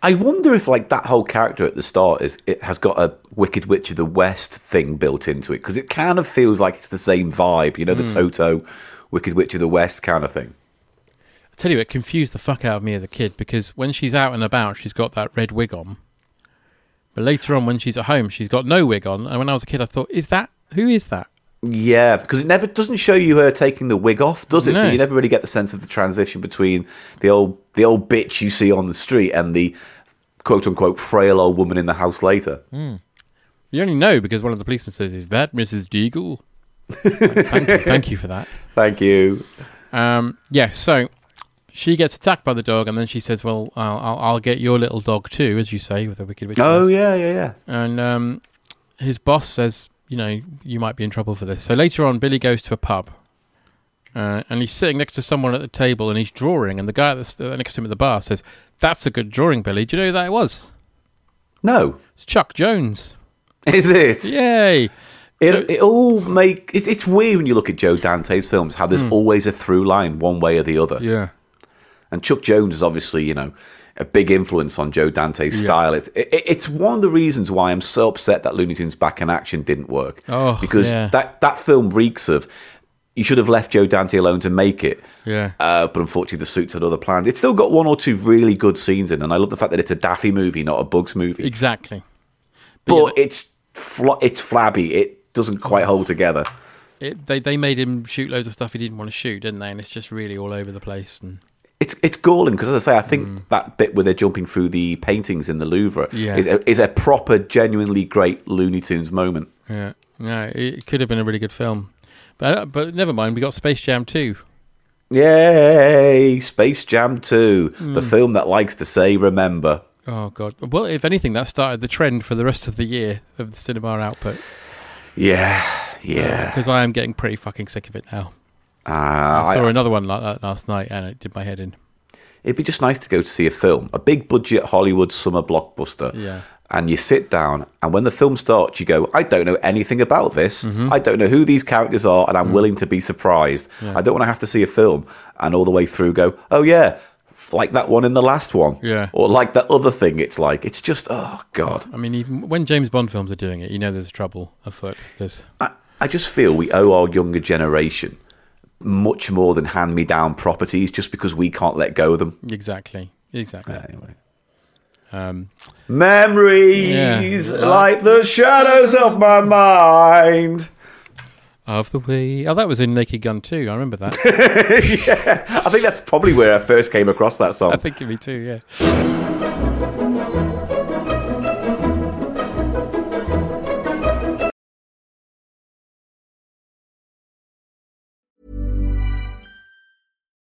S7: I wonder if like that whole character at the start is it has got a Wicked Witch of the West thing built into it because it kind of feels like it's the same vibe, you know, the Toto Wicked Witch of the West kind of thing.
S6: I tell you, it confused the fuck out of me as a kid because when she's out and about, she's got that red wig on. But later on, when she's at home, she's got no wig on. And when I was a kid, I thought, is that who is that?
S7: Yeah, because it never doesn't show you her taking the wig off, does it? So
S6: No.
S7: you never really get the sense of the transition between the old the old bitch you see on the street and the quote unquote frail old woman in the house later.
S6: You only know because one of the policemen says, "Is that Mrs. Deagle?" thank you, thank you for that.
S7: (laughs) Thank you.
S6: Um, yeah, so she gets attacked by the dog, and then she says, "Well, I'll, I'll, I'll get your little dog too," as you say with the wicked witch.
S7: Oh
S6: West.
S7: yeah, yeah, yeah.
S6: And um, his boss says, "You know, you might be in trouble for this." So later on, Billy goes to a pub, uh, and he's sitting next to someone at the table, and he's drawing. And the guy that's uh, next to him at the bar says, "That's a good drawing, Billy. Do you know who that was?
S7: No,
S6: It's Chuck Jones.
S7: is it?
S6: Yay!"
S7: It, it all make it's, it's weird when you look at Joe Dante's films how there's always a through line one way or the other.
S6: Yeah.
S7: And Chuck Jones is obviously you know a big influence on Joe Dante's style. It's it, it's one of the reasons why I'm so upset that Looney Tunes Back in Action didn't work
S6: Oh,
S7: because
S6: yeah.
S7: that that film reeks of you should have left Joe Dante alone to make it.
S6: Yeah.
S7: Uh, but unfortunately, the suits had other plans. It's still got one or two really good scenes in, and I love the fact that it's a Daffy movie, not a Bugs movie.
S6: Exactly.
S7: but it's fla- it's flabby. It doesn't quite hold together.
S6: It, they they made him shoot loads of stuff he didn't want to shoot, didn't they? And it's just really all over the place. And
S7: It's it's galling because, as I say, I think
S6: Mm.
S7: that bit where they're jumping through the paintings in the Louvre
S6: Yeah.
S7: is, a, is a proper, genuinely great Looney Tunes moment.
S6: yeah, yeah, it could have been a really good film, but uh, but never mind. We got Space Jam too.
S7: Yay! Space Jam 2, the film that likes to say remember.
S6: Oh god. Well, if anything, that started the trend for the rest of the year of the cinema output
S7: Yeah, yeah.
S6: because I am getting pretty fucking sick of it now.
S7: Ah,
S6: I
S7: I-
S6: saw another one like that last night, and it did my head in.
S7: it'd be just nice to go to see a film, a big budget Hollywood summer blockbuster.
S6: Yeah.
S7: And you sit down, and when the film starts, you go, I don't know anything about this.
S6: Mm-hmm.
S7: I don't know who these characters are, and I'm willing to be surprised. I don't want to have to see a film and all the way through go, oh, yeah, f- like that one in the last one.
S6: Yeah.
S7: Or like that other thing it's like. It's just, oh, God.
S6: I mean, even when James Bond films are doing it, you know there's trouble afoot. There's
S7: I, I just feel we owe our younger generation much more than hand me down properties just because we can't let go of them.
S6: Exactly. Exactly.
S7: Anyway.
S6: Um,
S7: Memories
S6: Yeah.
S7: like the shadows of my mind.
S6: of the way. Oh, that was in Naked Gun too. I remember that.
S7: I think that's probably where I first came across that song.
S6: I think of me too. Yeah.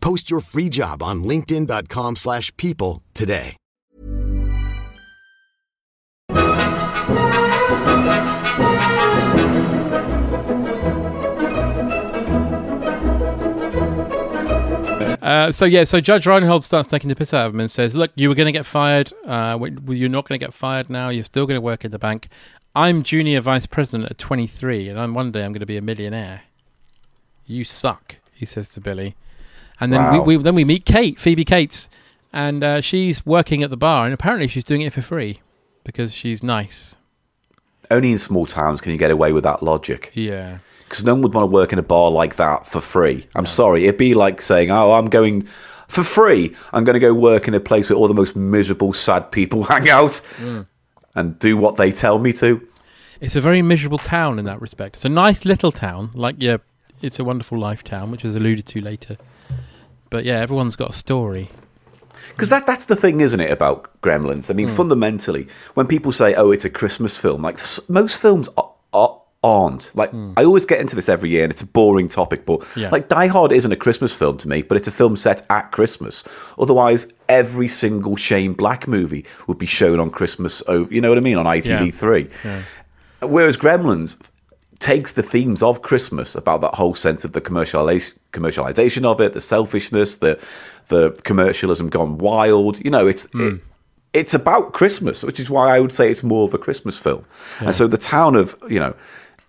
S8: Post your free job on linkedin.com/people slash people today.
S6: Uh, so yeah, so Judge Reinhold starts taking the piss out of him and says, "Look, you were going to get fired. Uh, w- w- you're not going to get fired now. You're still going to work in the bank. I'm junior vice president at 23, and I'm one day I'm going to be a millionaire. You suck," he says to Billy. And then
S7: Wow.
S6: we, we then we meet Kate, Phoebe Cates, and uh, she's working at the bar, and apparently she's doing it for free because she's nice.
S7: Only in small towns can you get away with that logic.
S6: Yeah.
S7: because no one would want to work in a bar like that for free. I'm sorry, it'd be like saying, "Oh, I'm going for free. I'm going to go work in a place where all the most miserable, sad people (laughs) hang out
S6: Hmm.
S7: and do what they tell me to."
S6: It's a very miserable town in that respect. It's a nice little town, like yeah, it's a wonderful life town, which is alluded to later. But yeah, everyone's got a story.
S7: Because that, that's the thing, isn't it, about Gremlins? I mean,
S6: Hmm.
S7: fundamentally, when people say, oh, it's a Christmas film, like s- most films are, are, aren't. Like, I always get into this every year and it's a boring topic, but
S6: Hmm. Yeah.
S7: like Die Hard isn't a Christmas film to me, but it's a film set at Christmas. Otherwise, every single Shane Black movie would be shown on Christmas, over, you know what I mean, on ITV3. Whereas Gremlins takes the themes of Christmas about that whole sense of the commercialization, commercialization of it, the selfishness, the the commercialism gone wild. You know, it's it, it's about Christmas, which is why I would say it's more of a Christmas film. And so the town of you know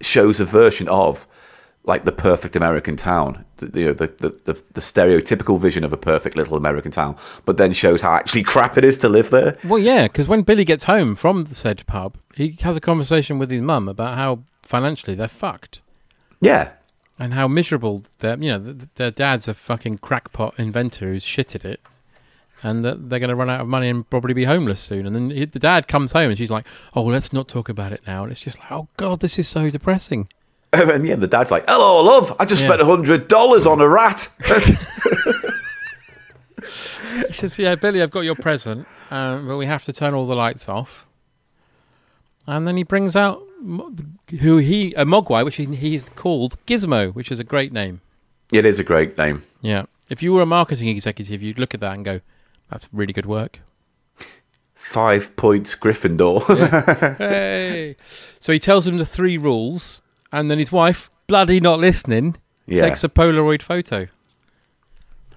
S7: shows a version of like the perfect American town, the, you know, the, the, the, the stereotypical vision of a perfect little American town, but then shows how actually crap it is to live there. (laughs)
S6: Well, yeah, because when Billy gets home from the said pub, he has a conversation with his mum about how financially they're fucked
S7: Yeah,
S6: and how miserable their you know th- th- their dad's a fucking crackpot inventor who's shitted it, and that they're going to run out of money and probably be homeless soon. And then he, the dad comes home and she's like, "Oh, let's not talk about it now." And it's just like, "Oh God, this is so depressing."
S7: and yeah, the dad's like, "Hello, love. I just
S6: Yeah.
S7: spent spent hundred dollars on a rat."
S6: (laughs) He says, "Yeah, Billy, I've got your present, um, but we have to turn all the lights off." And then he brings out mo- who he a Mogwai, which he, he's called Gizmo, which is a great name.
S7: it is a great name.
S6: Yeah, if you were a marketing executive, you'd look at that and go, "That's really
S7: (laughs)
S6: good work."
S7: Five points, Gryffindor. (laughs)
S6: Hey! so he tells him the three rules, and then his wife, bloody not listening,
S7: Yeah.
S6: takes a Polaroid photo.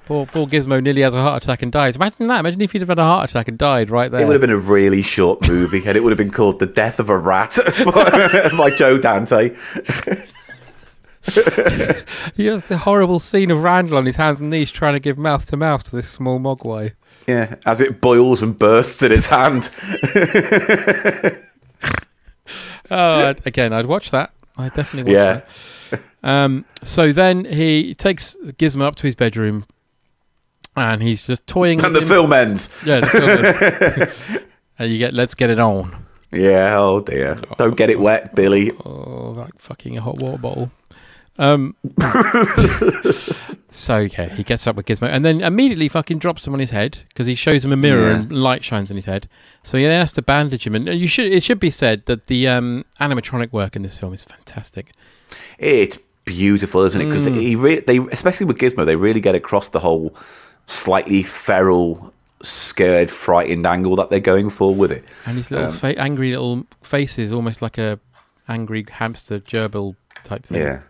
S6: Poor, poor Gizmo nearly has a heart attack and dies. Imagine that. Imagine if he'd have had a heart attack and died right there.
S7: It would have been a really short movie, and it would have been called "The Death of a Rat" (laughs) by, by Joe Dante.
S6: He has the horrible scene of Randall on his hands and knees trying to give mouth to mouth to this small mogwai.
S7: Yeah, as it boils and bursts in its hand. (laughs)
S6: Oh, I'd- again, I'd watch that. I definitely watch
S7: Yeah,
S6: Um, so then he takes Gizmo up to his bedroom, and he's just toying.
S7: And the
S6: with him.
S7: film ends.
S6: Yeah, the film
S7: (laughs)
S6: ends. and you get let's get it on.
S7: Yeah, oh dear. Don't get it wet, Billy.
S6: Oh, like fucking a hot water bottle. Um, (laughs) so yeah, he gets up with Gizmo, and then immediately fucking drops him on his head because he shows him a mirror
S7: Yeah.
S6: and light shines on his head. So he then has to bandage him, and uh, you should it should be said that the um, animatronic work in this film is fantastic.
S7: It's beautiful, isn't it? Because
S6: Mm.
S7: he re- they, especially with Gizmo, they really get across the whole slightly feral, scared, frightened angle that they're going for with it.
S6: And his little
S7: Um,
S6: fa- angry little face is almost like a angry hamster gerbil type thing.
S7: Yeah.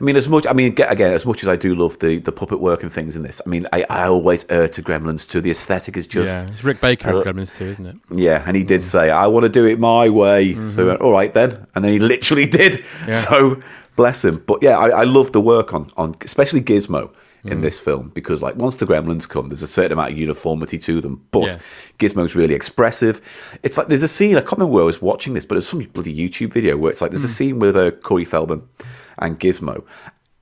S7: I mean, as much. I mean, ge- again, as much as I do love the, the puppet work and things in this, I mean, I, I always err to Gremlins too. The aesthetic is just
S6: yeah. It's Rick Baker
S7: I-
S6: of Gremlins too, isn't it? Mm.
S7: Yeah, and he did say, "I want to do it my way." So he went, "All right then," (laughs) and then he literally did.
S6: Mm-hmm. Yeah.
S7: So bless him. But yeah, I, I love the work on on especially Gizmo
S6: Mm.
S7: in this film because like once the Gremlins come, there's a certain amount of uniformity to them, but
S6: Yeah.
S7: Gizmo's really expressive. It's like there's a scene I can't remember where I was watching this, but it's some bloody YouTube video where it's like there's a scene with uh, Corey Feldman and Gizmo,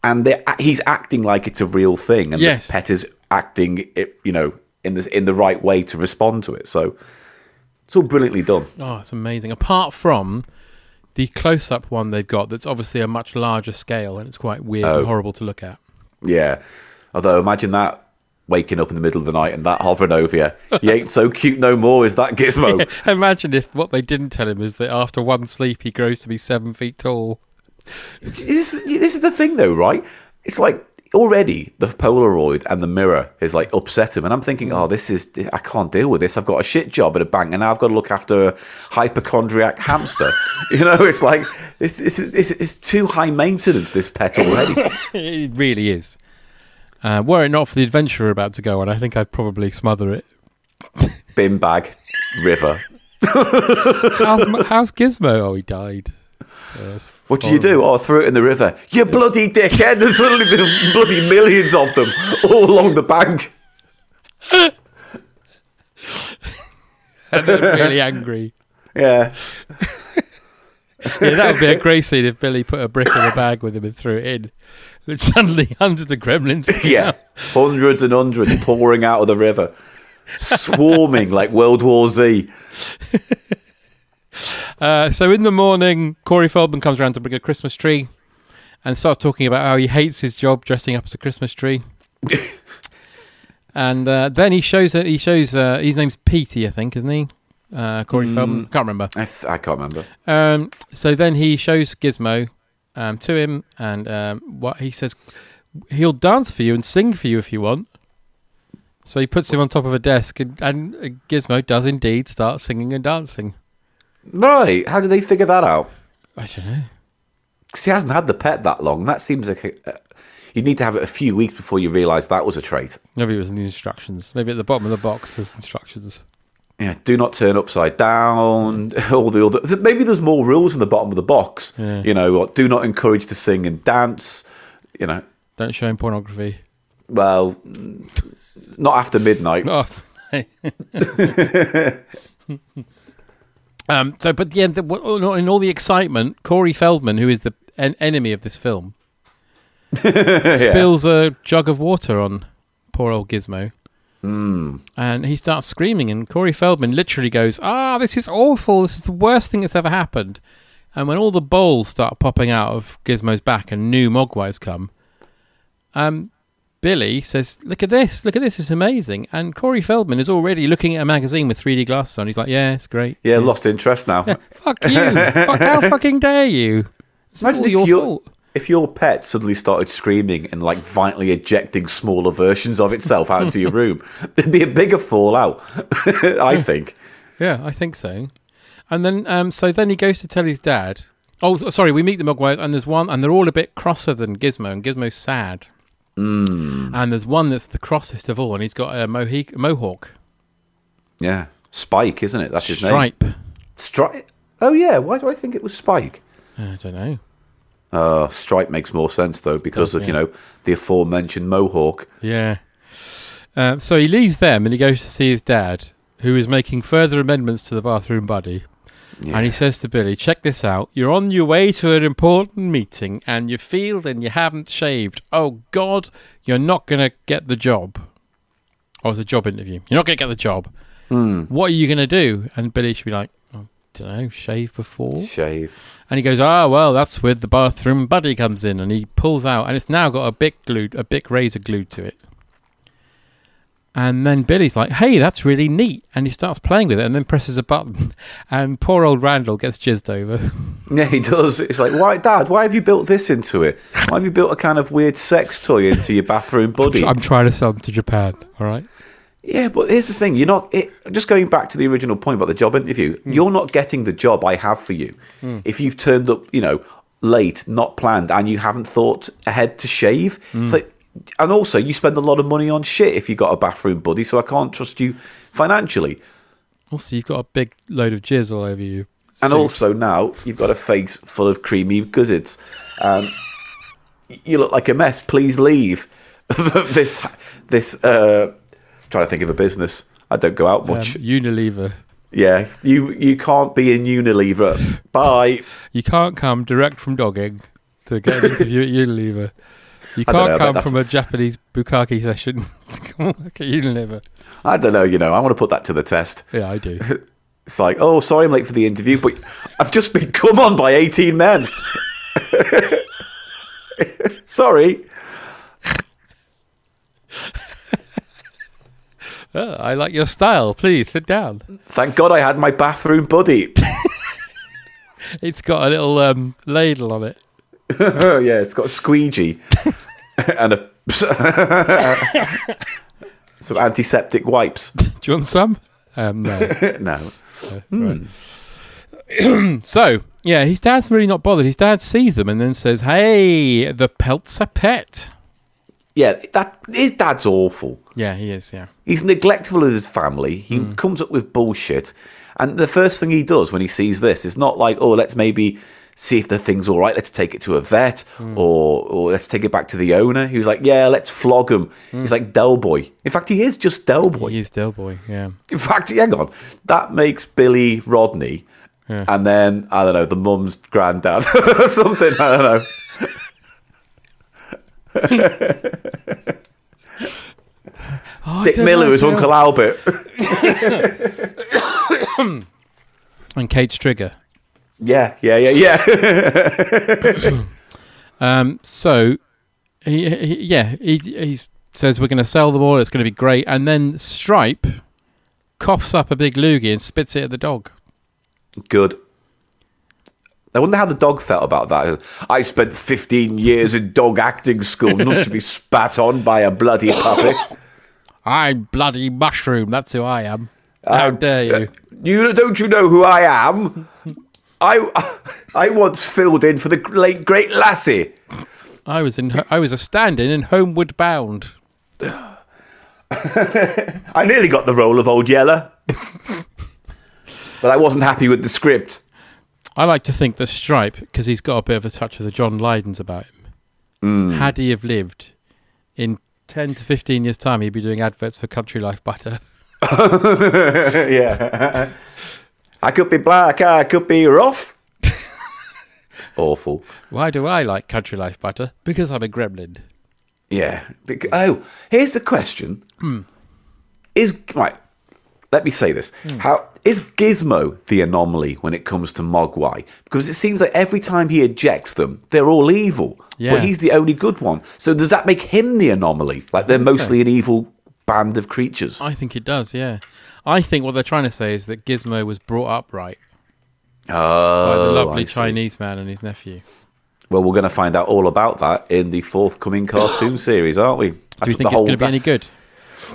S7: and they he's acting like it's a real thing, and
S6: Yes.
S7: the pet is acting it, you know. In, this, in the right way to respond to it. So, it's all brilliantly done.
S6: Oh, it's amazing. Apart from the close up one they've got that's obviously a much larger scale and it's quite weird
S7: Oh.
S6: and horrible to look at.
S7: Yeah. Although imagine that waking
S6: (laughs)
S7: up in the middle of the night and that hovering over you. You ain't so cute no more. Is that Gizmo?
S6: Imagine if what they didn't tell him is that after one sleep he grows to be seven feet tall.
S7: This, this is the thing though, right? It's like already the Polaroid and the mirror is like upset him, and I'm thinking, oh, this is I can't deal with this. I've got a shit job at a bank, and now I've got to look after a hypochondriac hamster. (laughs) you know, it's like this. This is it's, it's too high maintenance. This pet already.
S6: it really is. Uh, were it not for the adventure we're about to go on, I think I'd probably smother it. (laughs)
S7: Bin bag, river.
S6: how's, how's Gizmo? Oh, he died.
S7: What do you do? Oh, I threw it in the river. You bloody dickhead! There's suddenly there's bloody millions of them all along the bank.
S6: and then really angry.
S7: Yeah.
S6: Yeah, that would be a great scene if Billy put a brick in a bag with him and threw it in. And suddenly hundreds of gremlins. came
S7: Yeah.
S6: out.
S7: Hundreds and hundreds pouring out of the river, swarming like World War Z.
S6: Uh, so in the morning, Corey Feldman comes around to bring a Christmas tree and starts talking about how he hates his job dressing up as a Christmas (laughs) tree. and uh, then he shows he shows uh, his name's Petey, I think, isn't he? Uh, Corey Feldman. Can't remember.
S7: I, th- I can't remember.
S6: Um, so then he shows Gizmo um, to him, and um, what he says, he'll dance for you and sing for you if you want. So he puts him on top of a desk, and, and Gizmo does indeed start singing and dancing.
S7: Right. How did they figure that out?
S6: I don't know.
S7: Because he hasn't had the pet that long. That seems like a, uh, you'd need to have it a few weeks before you realise that was a trait.
S6: Maybe it was in the instructions. Maybe at the bottom of the box there's instructions.
S7: Yeah, do not turn upside down. (laughs) All the other maybe there's more rules in the bottom of the box.
S6: Yeah.
S7: You know, or do not encourage to sing and dance. You know,
S6: Don't show him pornography. (laughs)
S7: well, mm, not after midnight.
S6: Not after- (laughs) um, so, but yeah, the, in all the excitement, Corey Feldman, who is the en- enemy of this film, spills a jug of water on poor old Gizmo.
S7: Mm.
S6: And he starts screaming, and Corey Feldman literally goes, Ah, this is awful. This is the worst thing that's ever happened. And when all the bowls start popping out of Gizmo's back and new Mogwais come, um, Billy says, Look at this. Look at this. It's amazing. And Corey Feldman is already looking at a magazine with 3D glasses on. He's like, Yeah,
S7: (laughs)
S6: it's great. (laughs)
S7: Yeah, lost interest now.
S6: Fuck you. Fuck, how fucking dare you? This is
S7: Imagine
S6: all
S7: if
S6: your
S7: your-
S6: fault.
S7: If your pet suddenly started screaming and like violently ejecting smaller versions of itself out into your room, (laughs) there'd be a bigger fallout. (laughs) I think.
S6: Yeah, I think so. And then, um, so then he goes to tell his dad. Oh, s- sorry, we meet the Mogwais, and there's one, and they're all a bit crosser than Gizmo, and Gizmo's sad.
S7: Mm.
S6: And there's one that's the crossest of all, and he's got a mohe- mohawk.
S7: Yeah, Spike, isn't it? That's his
S6: Stripe.
S7: name. Stripe. Oh yeah. Why do I think it was Spike?
S6: Uh, I don't know.
S7: Uh, Stripe makes more sense though because of
S6: does, yeah.
S7: you know the aforementioned mohawk.
S6: Yeah. Um, so he leaves them, and he goes to see his dad, who is making further amendments to the bathroom buddy. And he says to Billy, check this out. You're on your way to an important meeting and you're field and you haven't shaved. Oh, God, you're not going to get the job. Or it's a job interview. You're not going to get the job. What are you going to do? And Billy should be like, oh, don't know, shave before?
S7: Shave.
S6: And he goes, ah, well, that's where the bathroom buddy comes in. And he pulls out and it's now got a Bic, glued, a Bic razor glued to it. And then Billy's like, hey, that's really neat. And he starts playing with it and then presses a button. (laughs) And poor old Randall gets jizzed over.
S7: Yeah, he does. It's like, why, Dad? Why have you built this into it? Why have you built a kind of weird sex toy into your bathroom buddy?
S6: (laughs) I'm trying to sell him to Japan, all right?
S7: Yeah, but here's the thing: you're not. It, just going back to the original point about the job interview,
S6: Hmm.
S7: you're not getting the job I have for you
S6: Mm.
S7: if you've turned up, you know, late, not planned, and you haven't thought ahead to shave.
S6: Hmm.
S7: It's like, and also you spend a lot of money on shit if you got a bathroom buddy, so I can't trust you financially.
S6: Also, you've got a big load of jizz all over you.
S7: And
S6: So-
S7: also now you've got a face full of creamy gizzards. Um, you look like a mess. Please leave. (laughs) this this uh, trying to think of a business. I don't go out
S6: um,
S7: much.
S6: Unilever.
S7: yeah, you you can't be in Unilever. Bye.
S6: You can't come direct from dogging to get an interview at Unilever. You
S7: (laughs) I don't know, but
S6: can't come
S7: that's-
S6: from a Japanese bukkake session (laughs) to come work at Unilever.
S7: I don't know. You know, I want to put that to the test.
S6: Yeah, I do.
S7: It's like, oh, sorry, I'm late for the interview, but I've just been come on by 18 men. (laughs) sorry.
S6: (laughs) Oh, I like your style. Please sit down.
S7: Thank God I had my bathroom buddy.
S6: It's got a little um, ladle on it.
S7: oh yeah, it's got a squeegee (laughs) and a (laughs) some antiseptic wipes. (laughs)
S6: Do you want some? Um, no.
S7: no. Hmm.
S6: (clears throat) so yeah, his dad's really not bothered. His dad sees them and then says, "Hey, the pelt's a pet."
S7: Yeah, that his dad's awful.
S6: Yeah, he is. Yeah,
S7: He's neglectful of his family. He
S6: Hmm.
S7: comes up with bullshit. And the first thing he does when he sees this is not like, oh, let's maybe see if the thing's all right. Let's take it to a vet
S6: Hmm.
S7: or, or let's take it back to the owner. He was like, yeah, let's flog him. He's like Del Boy. In fact, he is just Del Boy.
S6: he is Del Boy. Hmm. Yeah,
S7: In fact, hang on. That makes Billy Rodney.
S6: Yeah.
S7: And then, I don't know, the mum's granddad (laughs) or something. I don't know.
S6: Oh, I
S7: Dick
S6: don't
S7: Miller
S6: know,
S7: is
S6: Del-
S7: Uncle Albert. (laughs)
S6: and Kate's trigger.
S7: yeah, yeah, yeah, yeah.
S6: Um, so, he, he, yeah, he, he says we're going to sell them all. It's going to be great. And then Stripe coughs up a big loogie and spits it at the dog.
S7: Good. I wonder how the dog felt about that. I spent 15 years in dog acting school, not
S6: (laughs)
S7: to be spat on by a bloody puppet.
S6: I'm bloody mushroom. That's who I am. (laughs) How
S7: Um,
S6: dare you?
S7: You don't you know who I am? I I once filled in for the late great Lassie.
S6: I was in. I was a stand-in in Homeward Bound.
S7: I nearly got the role of Old Yeller, but I wasn't happy with the script. (laughs)
S6: I like to think that Stripe, because he's got a bit of a touch of the John Lydons about him, had he have lived in 10 to 15 years' time, he'd be doing adverts for Country Life Butter. (laughs)
S7: yeah. I could be black, I could be
S6: (laughs)
S7: rough. Awful.
S6: Why do I like Country Life Butter? Because I'm a gremlin.
S7: Yeah. Bec- Oh, here's the question.
S6: Hmm.
S7: Is right. Let me say this.
S6: Hmm.
S7: How is Gizmo the anomaly when it comes to Mogwai? Because it seems like every time he ejects them, they're all evil.
S6: Yeah.
S7: But he's the only good one. So does that make him the anomaly? Like they're
S6: think so.
S7: mostly an evil band of creatures.
S6: I think it does, yeah. I think what they're trying to say is that Gizmo was brought up right
S7: Oh,
S6: by the lovely
S7: I see.
S6: Chinese man and his nephew.
S7: Well, we're going to find out all about that in the
S6: (gasps)
S7: forthcoming cartoon series, aren't we?
S6: Do you think it's going to be any good?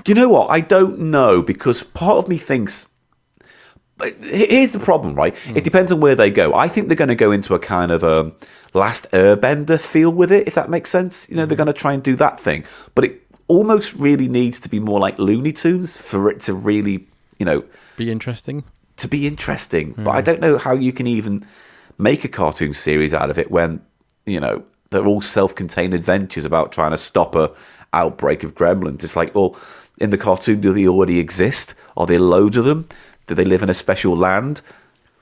S7: Do you know what? I don't know because part of me thinks. but he- Here's the problem, right? It depends on where they go. I think they're going to go into a kind of um, last Airbender feel with it, if that makes sense. You know, they're going to try and do that thing, but it almost really needs to be more like Looney Tunes for it to really, you know,
S6: Be interesting?
S7: to be interesting. But
S6: Hmm.
S7: I don't know how you can even make a cartoon series out of it when you know they're all self-contained adventures about trying to stop a outbreak of gremlins. It's like, well, in the cartoon, do they already exist? Are there loads of them? Do they live in a special land?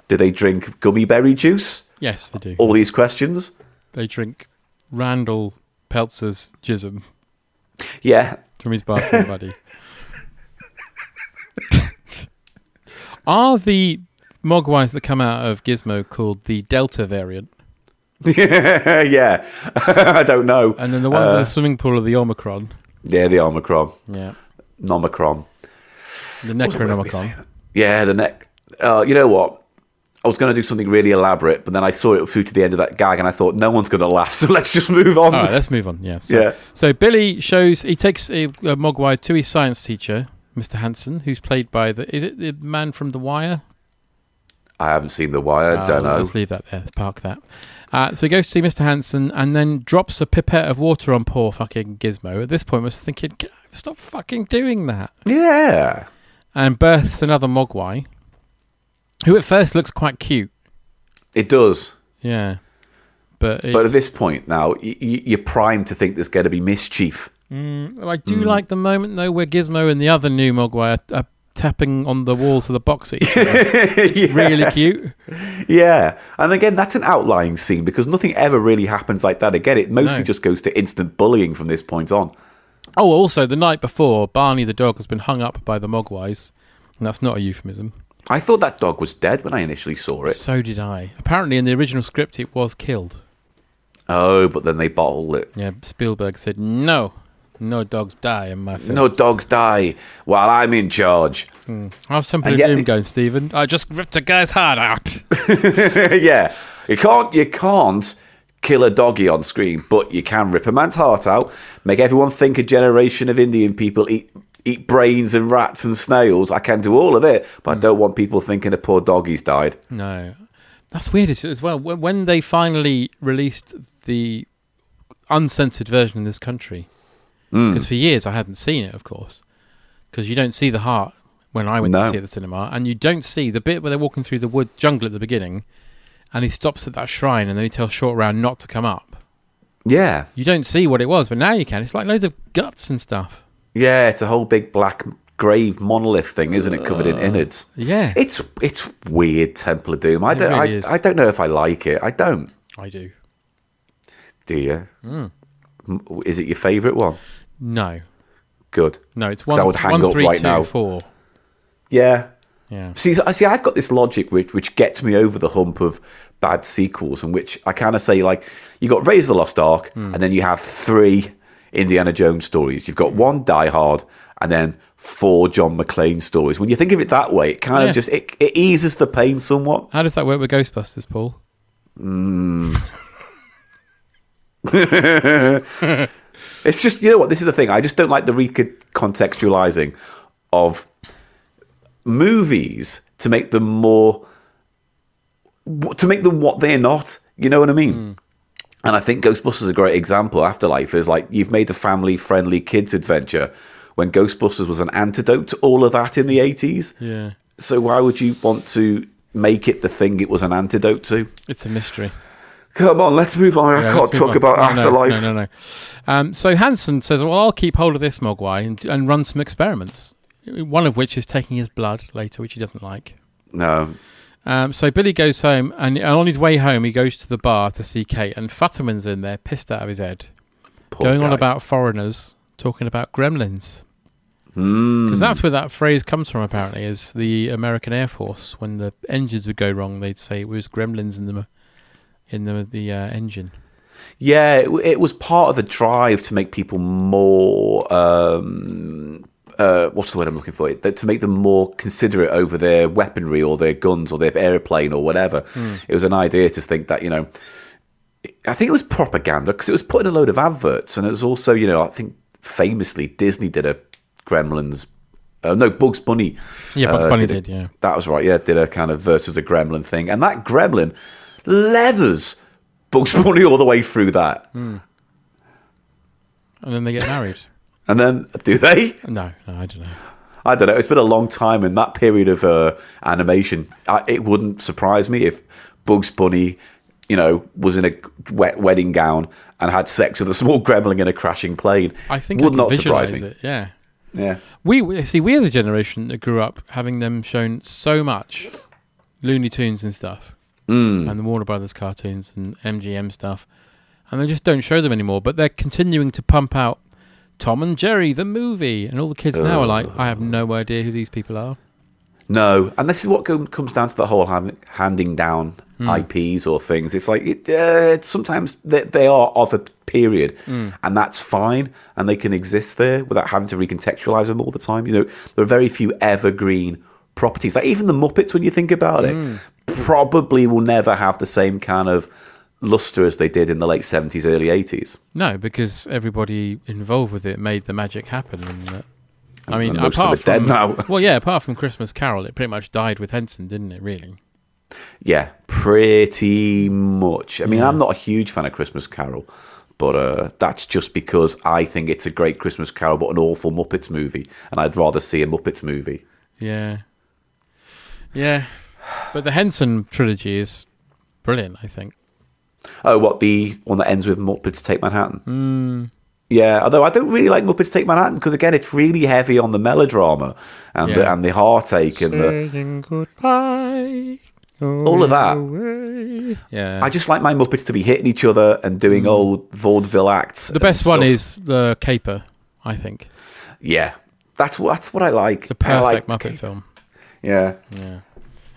S7: Do they drink gummy berry juice?
S6: Yes, they do.
S7: All these questions.
S6: They drink Randall Peltzer's jism
S7: Yeah. (laughs)
S6: from his bathroom buddy. Are the mogwais that come out of Gizmo called the Delta variant?
S7: yeah. (laughs) I don't know. Uh,
S6: And then the ones in the swimming pool are the Omicron.
S7: Yeah, the Omicron.
S6: Yeah.
S7: Nomicron.
S6: The
S7: saying?
S6: Necronomicon.
S7: Yeah, the neck. Uh, you know what? I was going to do something really elaborate, but then I saw it through to the end of that gag, and I thought no one's going to laugh, (laughs) so let's just move on. (laughs)
S6: All right, let's move on. Yeah. So,
S7: Yeah.
S6: So Billy shows he takes a, a Mogwai to his science teacher, Mr. Hanson, who's played by the is it the man from The Wire?
S7: I haven't seen the wire.
S6: Uh,
S7: don't know.
S6: Let's leave that there. Let's park that. Uh, so he goes to see Mr. Hanson and then drops a pipette of water on poor fucking Gizmo. At this point, I was thinking, "G- stop fucking doing that.
S7: Yeah.
S6: And births another Mogwai, who at first looks quite cute.
S7: It does.
S6: Yeah. But,
S7: But
S6: it's-
S7: at this point now, y- y- you're primed to think there's going to be mischief.
S6: Mm, I do like the moment though where Gizmo and the other new Mogwai are, are tapping on the walls of the box at each
S7: (laughs)
S6: other. It's really cute.
S7: Yeah. And again, that's an outlying scene because nothing ever really happens like that again. It mostly
S6: No.
S7: just goes to instant bullying from this point on.
S6: Oh, also the night before, Barney the dog has been hung up by the Mogwais, and that's not a euphemism.
S7: I thought that dog was dead when I initially saw it.
S6: So did I. Apparently, in the original script, it was killed.
S7: Oh, but then they bottled it.
S6: Yeah, Spielberg said no, no dogs die in my film.
S7: No dogs die while I'm in charge.
S6: How's somebody
S7: And yet
S6: doom
S7: the-
S6: going, Stephen? I just ripped a guy's heart out. (laughs)
S7: (laughs) yeah, you can't you can't kill a doggy on screen, but you can rip a man's heart out, make everyone think a generation of Indian people eat eat brains and rats and snails. I can do all of it, but I don't want people thinking a poor doggy's died.
S6: No, that's weird as- as well. When when they finally released the uncensored version in this country,
S7: Hmm.
S6: because for years I hadn't seen it, of course, because you don't see the heart when I went to
S7: No.
S6: see it at the cinema, and you don't see the bit where they're walking through the wood jungle at the beginning, and he stops at that shrine, and then he tells Short Round not to come up.
S7: Yeah,
S6: You don't see what it was, but now you can. It's like loads of guts and stuff.
S7: yeah, it's a whole big black grave monolith thing, isn't it? Covered in innards.
S6: Yeah,
S7: It's it's weird Temple of Doom. I
S6: It
S7: don't
S6: really is.
S7: I, I don't know if I like it. I don't.
S6: I do.
S7: Do you?
S6: Hmm.
S7: M- Is it your favourite one?
S6: No,
S7: Good.
S6: no, it's
S7: 'Cause
S6: one,
S7: I would hang
S6: one,
S7: up
S6: three,
S7: right
S6: two,
S7: now.
S6: four.
S7: Yeah.
S6: Yeah.
S7: See, I see. I've got this logic which which gets me over the hump of bad sequels, and which I kind of say like you got Raiders of the Lost Ark,
S6: Hmm.
S7: and then you have three Indiana Jones stories. You've got one Die Hard, and then four John McClane stories. When you think of it that way, it kind
S6: Yeah.
S7: of just it, it eases the pain somewhat.
S6: How does that work with Ghostbusters, Paul?
S7: It's just you know what this is the thing. I just don't like the recontextualizing of movies to make them more to make them what they're not. You know what I mean?
S6: Hmm.
S7: And I think Ghostbusters is a great example. Afterlife is like you've made a family friendly kids adventure when Ghostbusters was an antidote to all of that in the 80s.
S6: Yeah.
S7: So why would you want to make it the thing it was an antidote to?
S6: It's a mystery.
S7: Come on, let's move on.
S6: Yeah,
S7: (laughs) I
S6: let's
S7: can't
S6: move
S7: talk
S6: on.
S7: about
S6: No, no,
S7: Afterlife.
S6: No, no, no. Um, so Hansen says, "Well, I'll keep hold of this Mogwai and, and run some experiments. One of which is taking his blood later, which he doesn't like."
S7: no.
S6: Um, so Billy goes home, and, and on his way home, he goes to the bar to see Kate, and Futterman's in there, pissed out of his head,
S7: Poor
S6: going on
S7: guy.
S6: about foreigners, talking about gremlins.
S7: Hmm.
S6: Because that's where that phrase comes from, apparently, is the American Air Force. When the engines would go wrong, they'd say it was gremlins in the in the the uh, engine.
S7: Yeah, it, w- it was part of a drive to make people more. Um, uh, what's the word I'm looking for? That- To make them more considerate over their weaponry or their guns or their airplane or whatever. It was an idea to think that you know. I think it was propaganda because it was put in a load of adverts, and it was also you know I think famously Disney did a Gremlins. Uh, no, Bugs Bunny.
S6: Yeah, Bugs Bunny
S7: Uh, a-
S6: did, yeah.
S7: that was right. Yeah, did a kind of versus a gremlin thing, and that gremlin leathers Bugs Bunny all the way through that,
S6: Hmm. And then they get married. (laughs)
S7: and then do they?
S6: No, no, I don't know.
S7: I don't know. It's been a long time in that period of uh, animation. I, it wouldn't surprise me if Bugs Bunny, you know, was in a wet wedding gown and had sex with a small (laughs) gremlin in a crashing plane.
S6: I think
S7: would
S6: I
S7: not
S6: can
S7: surprise
S6: visualize
S7: me.
S6: It. Yeah,
S7: Yeah.
S6: we we- see. We're the generation that grew up having them shown so much Looney Tunes and stuff,
S7: Mm.
S6: and the Warner Brothers cartoons and MGM stuff, and they just don't show them anymore. But they're continuing to pump out Tom and Jerry the movie, and all the kids now are like, I
S7: Uh.
S6: have no idea who these people are.
S7: No, and this is what com- comes down to the whole hand- handing down
S6: Mm.
S7: IPs or things. It's like it, uh, it's sometimes they, they are of a period,
S6: Mm.
S7: and that's fine, and they can exist there without having to recontextualize them all the time. You know, there are very few evergreen properties. Like even the Muppets, when you think about
S6: Mm.
S7: it, probably will never have the same kind of luster as they did in the late seventies, early eighties.
S6: No, because everybody involved with it made the magic happen. And, uh, I mean,
S7: And most of
S6: apart
S7: them are
S6: from
S7: dead now.
S6: (laughs) well, yeah, apart from Christmas Carol, it pretty much died with Henson, didn't it? Really.
S7: Yeah, pretty much. I mean, I'm not a huge fan of Christmas Carol, but uh, that's just because I think it's a great Christmas Carol, but an awful Muppets movie, and I'd rather see a Muppets movie.
S6: Yeah. Yeah. But the Henson trilogy is brilliant, I think.
S7: Oh, what the one that ends with Muppets Take Manhattan?
S6: Mm.
S7: Yeah, although I don't really like Muppets Take Manhattan because again, it's really heavy on the melodrama and the,
S6: Yeah.
S7: and the heartache and the.
S6: Saying goodbye.
S7: All of that.
S6: Yeah.
S7: I just like my Muppets to be hitting each other and doing old vaudeville acts.
S6: Hmm. the best one
S7: is.
S6: is the caper, I think.
S7: Yeah, that's what that's what I like.
S6: It's a
S7: I like
S6: perfect
S7: the
S6: Muppet
S7: ca-
S6: film.
S7: Yeah,
S6: Yeah.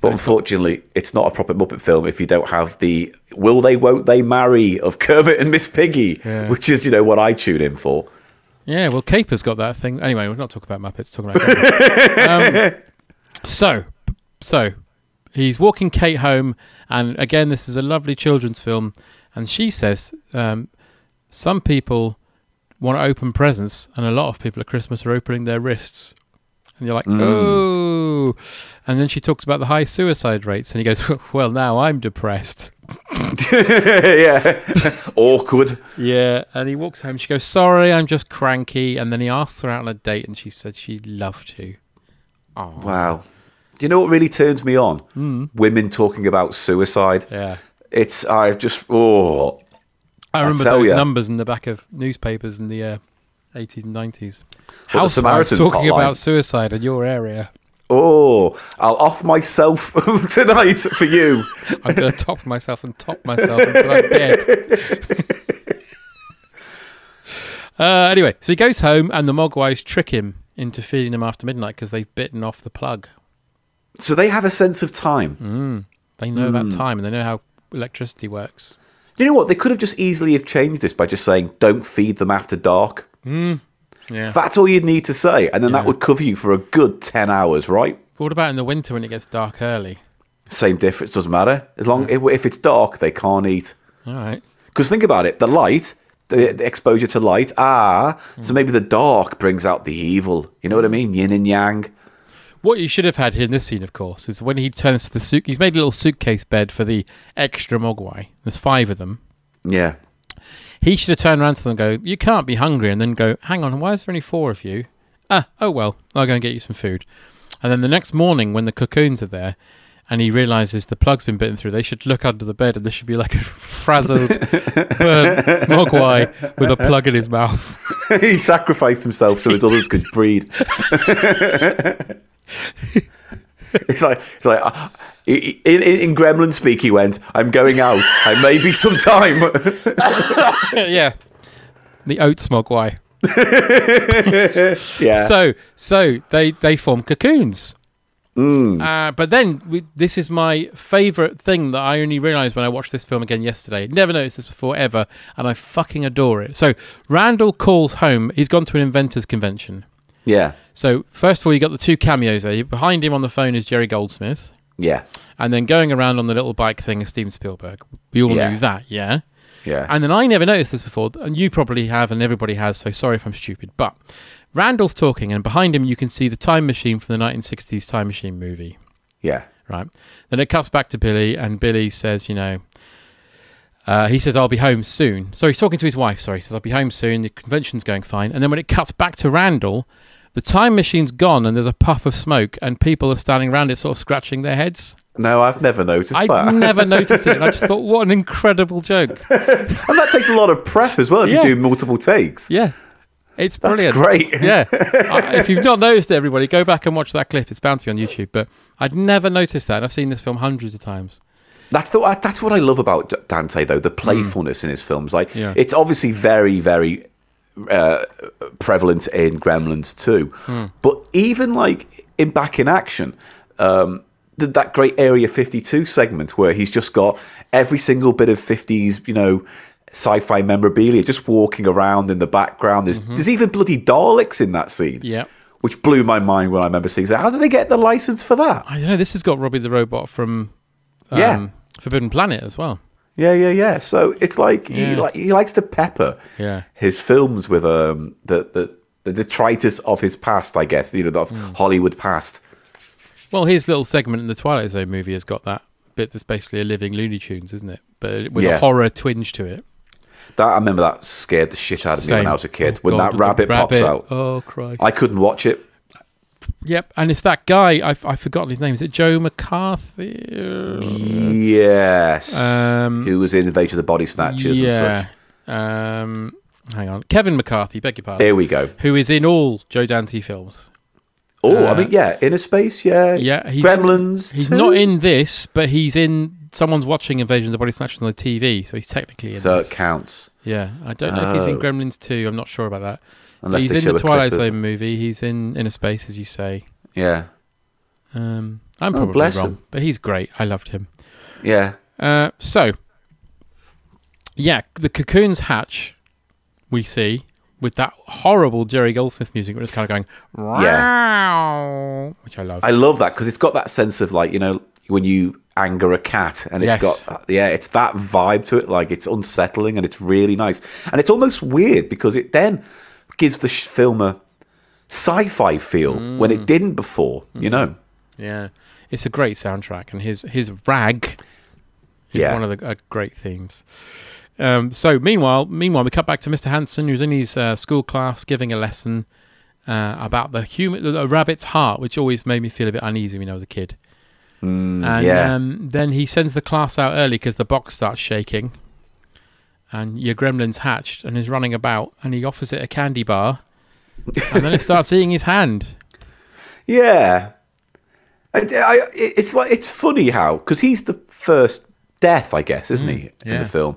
S7: But unfortunately, it's not a proper Muppet film if you don't have the "Will they, won't they marry" of Kermit and Miss Piggy,
S6: Yeah.
S7: which is you know what I tune in for. (laughs)
S6: Yeah, well, Caper's got that thing. Anyway, we're not talking about Muppets, talking about Caper. um, So, so he's walking Kate home, and again, this is a lovely children's film, and she says, um, some people want to open presents, and a lot of people at Christmas are opening their wrists. And you're like,
S7: Mm.
S6: oh. And then she talks about the high suicide rates, and he goes, (laughs) well, now I'm depressed.
S7: yeah, (laughs) awkward.
S6: Yeah, and he walks home. She goes, "Sorry, I'm just cranky." And then he asks her out on a date, and she said she loved you. Oh,
S7: Wow. Do you know what really turns me on?
S6: Mm.
S7: Women talking about suicide.
S6: Yeah.
S7: It's I've just oh. I
S6: I remember
S7: tell
S6: those
S7: ya.
S6: numbers in the back of newspapers in the uh, 80s and 90s.
S7: the
S6: Housewives
S7: Samaritans
S6: talking
S7: hotline.
S6: about suicide in your area.
S7: Oh, I'll off myself (laughs) tonight for you. (laughs)
S6: I'm going to top myself and top myself until I'm dead.
S7: (laughs)
S6: uh, anyway, so he goes home, and the Mogwais trick him into feeding him after midnight because they've bitten off the plug.
S7: So they have a sense of time.
S6: Hmm. They know about
S7: Mm.
S6: time and they know how electricity works.
S7: You know what? They could have just easily have changed this by just saying, "Don't feed them after dark."
S6: Mm. Yeah.
S7: That's all you'd need to say, and then that
S6: Yeah.
S7: would cover you for a good ten hours, right?
S6: But what about in the winter when it gets dark early?
S7: Same difference doesn't matter as long if, if it's dark, they can't eat.
S6: All right.
S7: Because think about it, the light, the, the exposure to light, ah,
S6: Mm.
S7: so maybe the dark brings out the evil. You know what I mean? Yin and yang.
S6: What you should have had here in this scene, of course, is when he turns to the suit. He's made a little suitcase bed for the extra Mogwai. There's five of them.
S7: Yeah, (laughs)
S6: He should have turned around to them and go, You can't be hungry. And then go, Hang on, why is there only four of you? Ah, oh well, I'll go and get you some food. And then the next morning, when the cocoons are there and he realizes the plug's been bitten through, they should look under the bed and there should be like a (laughs) frazzled, burnt Mogwai with a plug in his mouth. (laughs)
S7: he sacrificed himself so his others could breed. (laughs) it's like it's like. Uh, in, in, in Gremlin speak, he went, I'm going out. I may be some time. (laughs)
S6: yeah. The oats Mogwai.
S7: yeah.
S6: So so they they form cocoons.
S7: Mm.
S6: Uh, but then we, this is my favorite thing that I only realized when I watched this film again yesterday. Never noticed this before ever, and I fucking adore it. So Randall calls home. He's gone to an inventors convention.
S7: Yeah.
S6: So first of all, you got the two cameos there. Behind him on the phone is Jerry Goldsmith,
S7: Yeah.
S6: and then going around on the little bike thing is Steven Spielberg. We all
S7: Yeah.
S6: knew that, yeah.
S7: Yeah.
S6: And then I never noticed this before, and you probably have, and everybody has, so sorry if I'm stupid. But Randall's talking, and behind him you can see the time machine from the 1960s Time Machine movie,
S7: yeah.
S6: right? Then it cuts back to Billy, and Billy says, you know, uh, he says, I'll be home soon. So he's talking to his wife, sorry. He says, I'll be home soon. The convention's going fine. And then when it cuts back to Randall, the time machine's gone, and there's a puff of smoke, and people are standing around it, sort of scratching their heads.
S7: No, I've never noticed
S6: I
S7: that. (laughs)
S6: never noticed it. and I just thought, what an incredible joke.
S7: and that takes a lot of prep as well if
S6: Yeah.
S7: you do multiple takes.
S6: Yeah. It's
S7: That's
S6: brilliant.
S7: great.
S6: Yeah. I- if you've not noticed, it, everybody, go back and watch that clip. It's bound to be on YouTube. But I'd never noticed that. And I've seen this film hundreds of times.
S7: That's the I- that's what I love about D- Dante though the playfulness in his films. Like
S6: Hmm. Yeah.
S7: it's obviously very very uh, prevalent in Gremlins too,
S6: Hmm.
S7: but even like in Back in Action. Um, th- that great Area 52 segment where he's just got every single bit of 50s, you know, sci-fi memorabilia just walking around in the background. There's, there's even bloody Daleks in that scene,
S6: Mm-hmm. Yeah.
S7: which blew my mind when I remember seeing that. How did they get the license for that?
S6: I don't know. This has got Robbie the Robot from um,
S7: Yeah.
S6: Forbidden Planet as well.
S7: Yeah, yeah, yeah. So it's like he
S6: Yeah.
S7: like he likes to pepper
S6: Yeah.
S7: his films with um the the, the detritus of his past, I guess. You know, of
S6: Hmm.
S7: Hollywood past.
S6: Well, his little segment in the Twilight Zone movie has got that bit that's basically a living Looney Tunes, isn't it? But with
S7: Yeah.
S6: a horror twinge to it.
S7: That I remember that scared the shit out of me when
S6: Same.
S7: I was a kid.
S6: Oh,
S7: when
S6: God,
S7: that
S6: the
S7: rabbit, pops
S6: rabbit.
S7: out,
S6: Oh, Christ.
S7: I couldn't watch it.
S6: Yep. And it's that guy, I've, I've forgotten his name. Is it Joe McCarthy?
S7: Yes,
S6: Um,
S7: who was in Invasion of the Body Snatchers and
S6: yeah.
S7: such.
S6: Um, hang on. Kevin McCarthy, beg your pardon.
S7: There we go.
S6: Who is in all Joe Dante films.
S7: Oh, I
S6: Uh,
S7: mean, yeah, Inner Space, yeah,
S6: Yeah. He's
S7: Gremlins.
S6: He's
S7: too?
S6: not in this, but he's in. Someone's watching Invasion of the Body Snatchers on the TV, so he's technically in
S7: so
S6: this.
S7: it counts.
S6: Yeah, I don't know if he's in
S7: Oh.
S6: Gremlins 2. I'm not sure about that. But
S7: Unless
S6: he's
S7: they
S6: in
S7: show
S6: the
S7: a clip
S6: Twilight
S7: of-
S6: Zone movie. He's in Inner Space, as you say.
S7: Yeah,
S6: Um, I'm
S7: Oh,
S6: probably
S7: bless
S6: wrong,
S7: him.
S6: but he's great. I loved him.
S7: yeah.
S6: Uh, so, yeah, the cocoons hatch. We see with that horrible Jerry Goldsmith music, where it's kind of going, wow, which I love.
S7: I love that because it's got that sense of like you know when you anger a cat and it's
S6: Yes.
S7: got yeah it's that vibe to it like it's unsettling and it's really nice and it's almost weird because it then gives the sh- film a sci-fi feel when
S6: Mm.
S7: it didn't before you know
S6: yeah, it's a great soundtrack, and his his rag is
S7: Yeah.
S6: one of the uh, great themes. Um, so meanwhile, meanwhile, we cut back to Mr. Hanson, who's in his uh, school class giving a lesson uh, about the human, the, the rabbit's heart, which always made me feel a bit uneasy when I was a kid. and
S7: Mm, yeah.
S6: um, then he sends the class out early because the box starts shaking, and your gremlin's hatched and is running about, and he offers it a candy bar, and then it starts eating his hand.
S7: yeah I, I- it's like it's funny how because he's the first death I guess isn't he in
S6: Mm, yeah.
S7: the film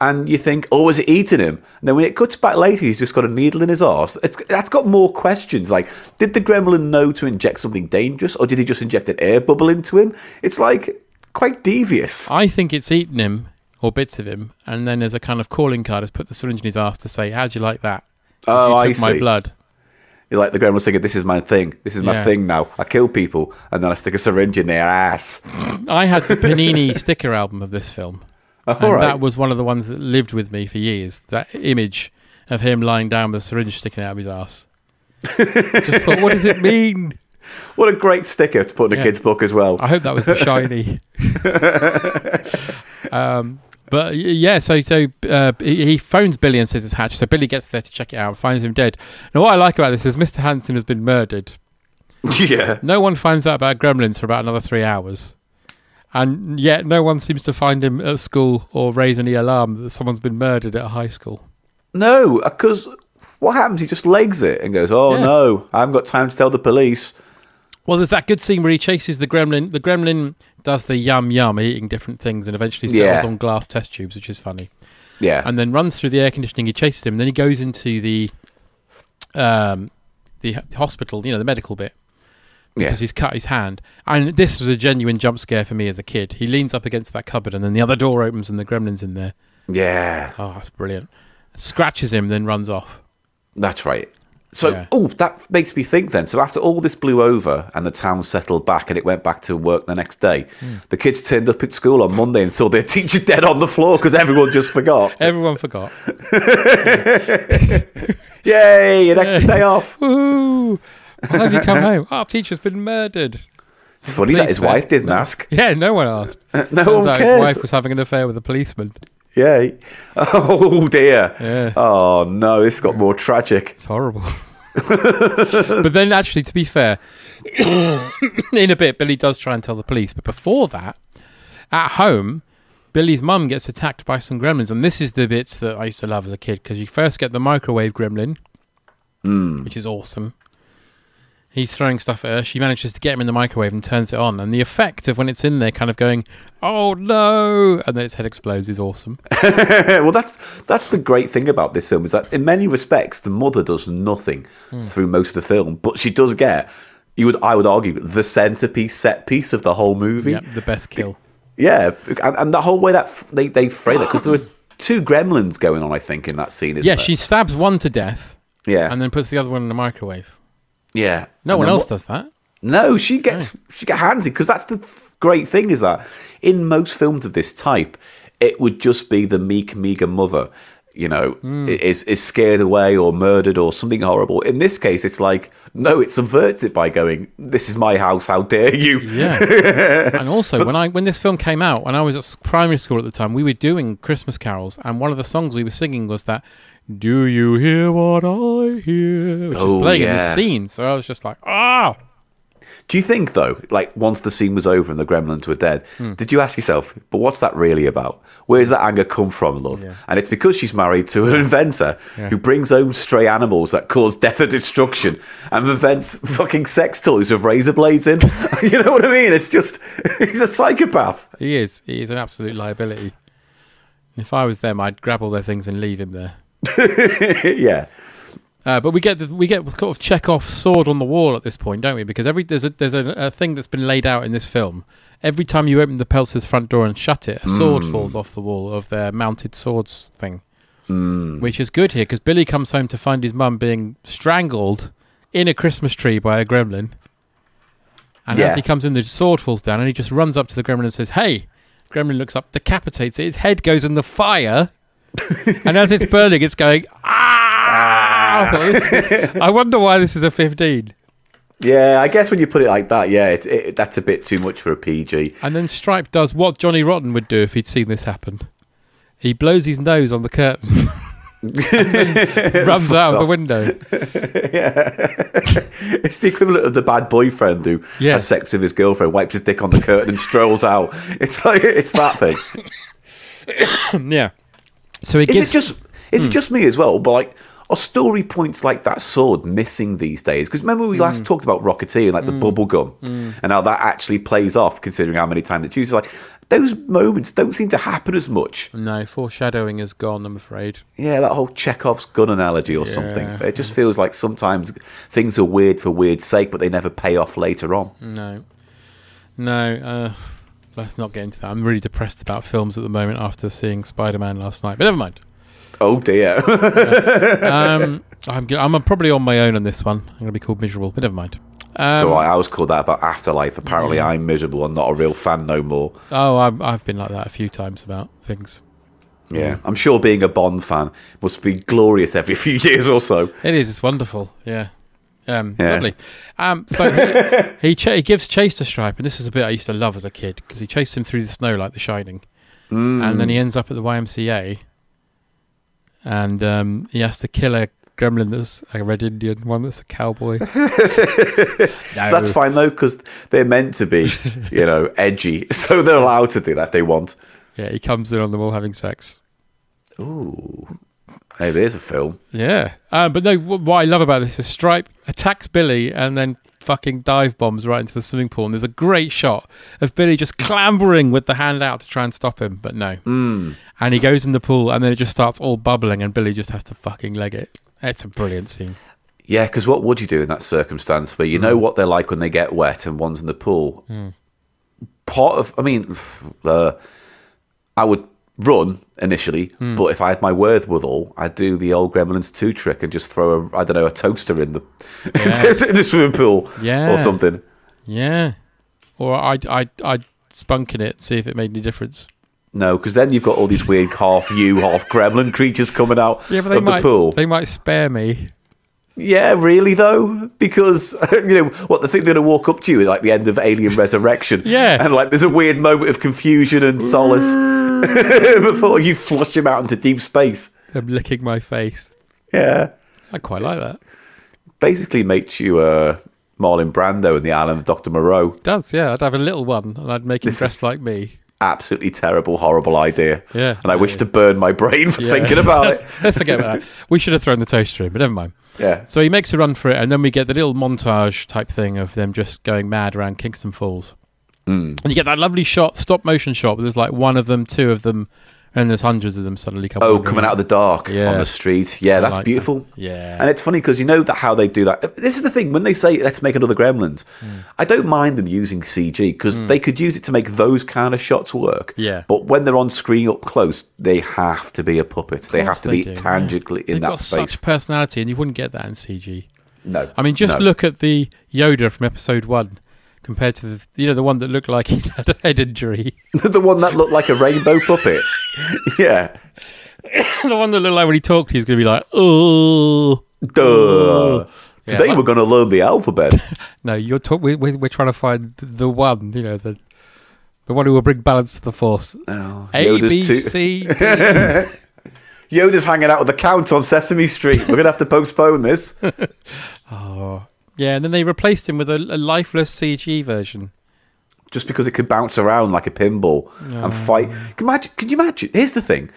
S7: and you think oh is it eating him and then when it cuts back later he's just got a needle in his arse it's, that's got more questions like did the gremlin know to inject something dangerous or did he just inject an air bubble into him it's like quite devious
S6: I think it's eaten him or bits of him, and then there's a kind of calling card has put the syringe in his ass to say, "How'd you like that? 'Cause
S7: Oh,
S6: you
S7: I
S6: took my
S7: see.
S6: blood."
S7: You're like the gremlin's thinking this is my thing this is my
S6: Yeah.
S7: thing now I kill people and then I stick a syringe in their ass (laughs)
S6: I had the Panini (laughs) sticker album of this film.
S7: Oh,
S6: and
S7: all right.
S6: that was one of the ones that lived with me for years. That image of him lying down with a syringe sticking out of his
S7: (laughs)
S6: ass. Just thought, what does it mean?
S7: what a great sticker to put in a
S6: Yeah.
S7: kid's book as well
S6: I hope that was the shiny. um, but y- yeah, so so uh, he he phones Billy and says it's hatched. So Billy gets there to check it out, finds him dead. Now, what I like about this is Mr. Hanson has been murdered.
S7: (laughs) yeah
S6: No one finds out about gremlins for about another three hours. And yet, no one seems to find him at school or raise any alarm that someone's been murdered at a high school.
S7: No, because what happens? He just legs it and goes, "Oh
S6: Yeah.
S7: no, I haven't got time to tell the police."
S6: Well, there's that good scene where he chases the gremlin. The gremlin does the yum yum, eating different things, and eventually settles
S7: Yeah.
S6: on glass test tubes, which is funny.
S7: Yeah,
S6: And then runs through the air conditioning. He chases him. And then he goes into the um, the h- hospital, you know, the medical bit.
S7: yeah.
S6: because he's cut his hand. And this was a genuine jump scare for me as a kid. He leans up against that cupboard, and then the other door opens, and the gremlin's in there.
S7: yeah,
S6: Oh, that's brilliant. Scratches him, then runs off.
S7: that's right. So,
S6: Yeah.
S7: oh, that makes me think. Then, so after all this blew over and the town settled back and it went back to work the next day,
S6: Hmm.
S7: the kids turned up at school on Monday and saw their teacher (laughs) dead on the floor because everyone just forgot. (laughs)
S6: Everyone forgot.
S7: Yay, an extra day off.
S6: Woohoo! Why have you come home? Our teacher's been murdered.
S7: It's funny that
S6: Police
S7: his
S6: then.
S7: wife didn't ask.
S6: Yeah, no one asked.
S7: (laughs) No
S6: Turns
S7: one
S6: out
S7: cares.
S6: his wife was having an affair with a policeman.
S7: Yeah. (laughs) Oh dear.
S6: Yeah.
S7: Oh no, this got more tragic.
S6: It's horrible. (laughs) but then, actually, to be fair, (coughs) in a bit, Billy does try and tell the police. But before that, at home, Billy's mum gets attacked by some gremlins. And this is the bits that I used to love as a kid because you first get the microwave gremlin,
S7: Mm.
S6: which is awesome. He's throwing stuff at her. She manages to get him in the microwave and turns it on. And the effect of when it's in there, kind of going, "Oh no!" and then its head explodes, is awesome.
S7: well, that's that's the great thing about this film is that in many respects the mother does nothing
S6: Hmm.
S7: through most of the film, but she does get you would I would argue the centerpiece set piece of the whole movie.
S6: Yep, the best kill.
S7: Yeah, and, and the whole way that f- they they frame it because there
S6: (coughs)
S7: were two gremlins going on, I think, in that scene. Isn't
S6: yeah,
S7: there?
S6: she stabs one to death
S7: yeah,
S6: and then puts the other one in the microwave.
S7: yeah.
S6: No
S7: And
S6: one
S7: then
S6: else
S7: what-
S6: does
S7: (laughs)
S6: that.
S7: No, she gets she get handsy because that's the f- great thing is that in most films of this type, it would just be the meek, meager mother, you know,
S6: Mm.
S7: i- is is scared away or murdered or something horrible. In this case, it's like no, it subverts it by going, "This is my house. How dare you?"
S6: Yeah. and also, when I when this film came out, when I was at s- primary school at the time, we were doing Christmas carols, and one of the songs we were singing was that "Do You Hear What I Hear," which
S7: Oh,
S6: is playing in
S7: yeah.
S6: the scene. So I was just like, "Ah,
S7: Do you think though, like once the scene was over and the gremlins were dead,
S6: Hmm.
S7: did you ask yourself, but what's that really about? Where's that anger come from, love? And it's because she's married to an inventor
S6: Yeah.
S7: who brings home stray animals that cause death and destruction and
S6: (laughs)
S7: invents fucking sex toys with razor blades in. (laughs) you know what I mean? It's just (laughs) he's a psychopath. (laughs)
S6: he is he is an absolute liability." And if I was them, I'd grab all their things and leave him there.
S7: yeah.
S6: Uh, but we get the, we get sort of Chekhov's sword on the wall at this point, don't we? Because every there's a there's a, a thing that's been laid out in this film. Every time you open the Peltzer's front door and shut it, a sword
S7: Mm.
S6: falls off the wall of their mounted swords thing,
S7: Mm.
S6: which is good here because Billy comes home to find his mum being strangled in a Christmas tree by a gremlin. And as
S7: Yeah.
S6: he comes in, the sword falls down, and he just runs up to the gremlin and says, "Hey!" Gremlin looks up, decapitates it. His head goes in
S7: (laughs)
S6: the fire, and as it's burning, it's going ah. (laughs) I wonder why this is a fifteen.
S7: Yeah, I guess when you put it like that, yeah, it, it, that's a bit too much for a PG.
S6: And then Stripe does what Johnny Rotten would do if he'd seen this happen. He blows his nose on the curtain,
S7: (laughs)
S6: runs out of the
S7: off. (clears throat)
S6: window.
S7: It's the equivalent of the bad boyfriend who
S6: Yeah.
S7: has sex with his girlfriend, wipes his dick on the curtain, and strolls out. It's like it's that
S6: (laughs)
S7: thing.
S6: yeah. So he
S7: is
S6: gives Hmm.
S7: it just is it just me as well? But like, are story points like that sword missing these days? Because remember we
S6: Hmm.
S7: last talked about Rocketeer and like the bubble gum and how that actually plays off, considering how many times it uses. Like those moments don't seem to happen as much.
S6: no foreshadowing is gone. I'm afraid.
S7: Yeah, that whole Chekhov's gun analogy or something.
S6: Yeah.
S7: It just feels like sometimes things are weird for weird's sake, but they never pay off later on.
S6: No, no. Uh, let's not get into that. I'm really depressed about films at the moment after seeing Spider-Man last night. But never mind.
S7: Oh dear. (laughs)
S6: Um, I'm g- I'm probably on my own on this one. I'm going to be called miserable. But never mind. Um,
S7: so I, I was called that about Afterlife. Apparently,
S6: Yeah.
S7: I'm miserable. I'm not a real fan no more.
S6: Oh, I've, I've been like that a few times about things.
S7: Yeah, Mm. I'm sure being a Bond fan must be glorious every (laughs) few years or so.
S6: It is. It's wonderful. Yeah. Um,
S7: Yeah.
S6: Lovely. Um, so he, he, cha- he gives chase to Stripe, and this is a bit I used to love as a kid because he chased him through the snow like The Shining,
S7: Mm.
S6: and then he ends up at the YMCA, and um, he has to kill a gremlin that's a red Indian, one that's
S7: (laughs)
S6: a cowboy.
S7: That's fine though, because they're meant to be, you know, edgy, (laughs) so they're allowed to do that if they want.
S6: Yeah, he comes in on them all having sex.
S7: Ooh, hey, there's a film.
S6: Yeah. Um, but no, wh- what I love about this is Stripe attacks Billy and then fucking dive bombs right into the swimming pool. And there's a great shot of Billy just clambering with the hand out to try and stop him, but no.
S7: Mm.
S6: And he goes in the pool and then it just starts all bubbling and Billy just has to fucking leg it. It's a brilliant scene.
S7: Yeah, because what would you do in that circumstance where you
S6: Mm.
S7: know what they're like when they get wet and one's in the pool? Part of, I mean, (sighs) uh, I would run initially,
S6: Hmm.
S7: but if I had my wherewithal, I'd do the old Gremlins 2 trick and just throw a, I don't know, a toaster in the, (laughs)
S6: Yes.
S7: in the swimming pool
S6: Yeah.
S7: or something.
S6: Yeah. Or I'd, I'd, I'd spunk in it, see if it made any difference.
S7: No, because then you've got all these weird half you, half gremlin creatures coming out
S6: Yeah, but they
S7: of the
S6: might,
S7: pool.
S6: They might spare me.
S7: Yeah, really though, because (laughs) you know what the thing they're gonna walk up to you is like the end of Alien Resurrection.
S6: (laughs) Yeah.
S7: and like there's a weird moment of confusion and solace (laughs) before you flush him out into deep space.
S6: Them licking my face.
S7: Yeah,
S6: I quite like that.
S7: basically makes you uh, Marlon Brando in the Island of Doctor Moreau.
S6: Does, yeah. I'd have a little one and I'd make him
S7: This
S6: dress
S7: is-
S6: like me.
S7: absolutely terrible, horrible idea.
S6: Yeah.
S7: And I wish to burn my brain for
S6: Yeah.
S7: thinking about it.
S6: (laughs) Let's forget about that. We should have thrown the toaster in, but never mind.
S7: Yeah.
S6: So he makes a run for it, and then we get the little montage type thing of them just going mad around Kingston Falls.
S7: Mm.
S6: And you get that lovely shot, stop motion shot, where there's like one of them, two of them, and there's hundreds of them suddenly coming.
S7: Oh, coming out of the dark on
S6: Yeah.
S7: the street. Yeah,
S6: I
S7: that's
S6: like that.
S7: beautiful.
S6: Yeah.
S7: And it's funny because you know that how they do that. This is the thing when they say let's make another Gremlins.
S6: Hmm.
S7: I don't mind them using CG because
S6: Mm.
S7: they could use it to make those kind of shots work.
S6: Yeah.
S7: But when they're on screen up close, they have to be a puppet. They
S6: course
S7: have to
S6: they
S7: be
S6: do, yeah.
S7: tangibly in
S6: They've
S7: that
S6: got
S7: space.
S6: such personality, and you wouldn't get that in CG.
S7: No,
S6: I mean, just
S7: no.
S6: look at the Yoda from Episode One compared to the you know the one that looked like (laughs) he had a head injury,
S7: (laughs)
S6: (laughs)
S7: the one that looked like a rainbow puppet. Yeah.
S6: the one that looked like when he talked, he was going to be like, oh,
S7: Duh.
S6: Yeah,
S7: Today
S6: like-
S7: we're going to learn the alphabet.
S6: No, you're talk- we, we, we're trying to find th- the one, you know, the the one who will bring balance to the force. A,
S7: Yoda's
S6: B,
S7: too-
S6: C, D.
S7: (laughs) Yoda's hanging out with the count on Sesame Street. We're going to have to postpone this.
S6: Oh, yeah. And then they replaced him with a, a lifeless CG version.
S7: just because it could bounce around like a pinball
S6: Yeah.
S7: and fight. Can you imagine, can you imagine? Here's the thing: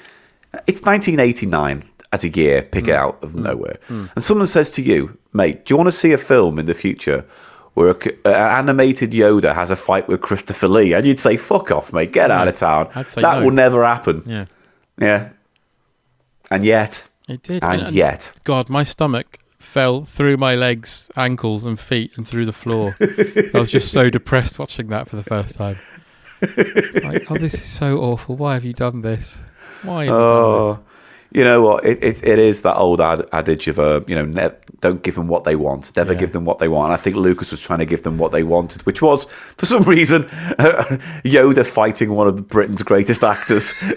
S7: it's 1989 as a year, pick it out of nowhere,
S9: Mm.
S7: and someone says to you, "Mate, do you want to see a film in the future?" Where a c an animated Yoda has a fight with Christopher Lee, and you'd say, "Fuck off, mate! Get out of town.
S6: I'd say
S7: That
S6: no.
S7: will never happen."
S6: Yeah.
S7: yeah. And yet,
S6: It did.
S7: And yet.
S6: God, my stomach fell through my legs, ankles, and feet, and through the floor. I was just so depressed watching that for the first time. It's like, oh, this is so awful. Why have you done this? Why? Have you done
S7: Oh, you know what? It, it it is that old ad- adage of uh, you know, ne- don't give them what they want, never
S6: Yeah.
S7: give them what they want. And I think Lucas was trying to give them what they wanted, which was for some reason (laughs) Yoda fighting one of Britain's greatest actors. (laughs)
S6: this?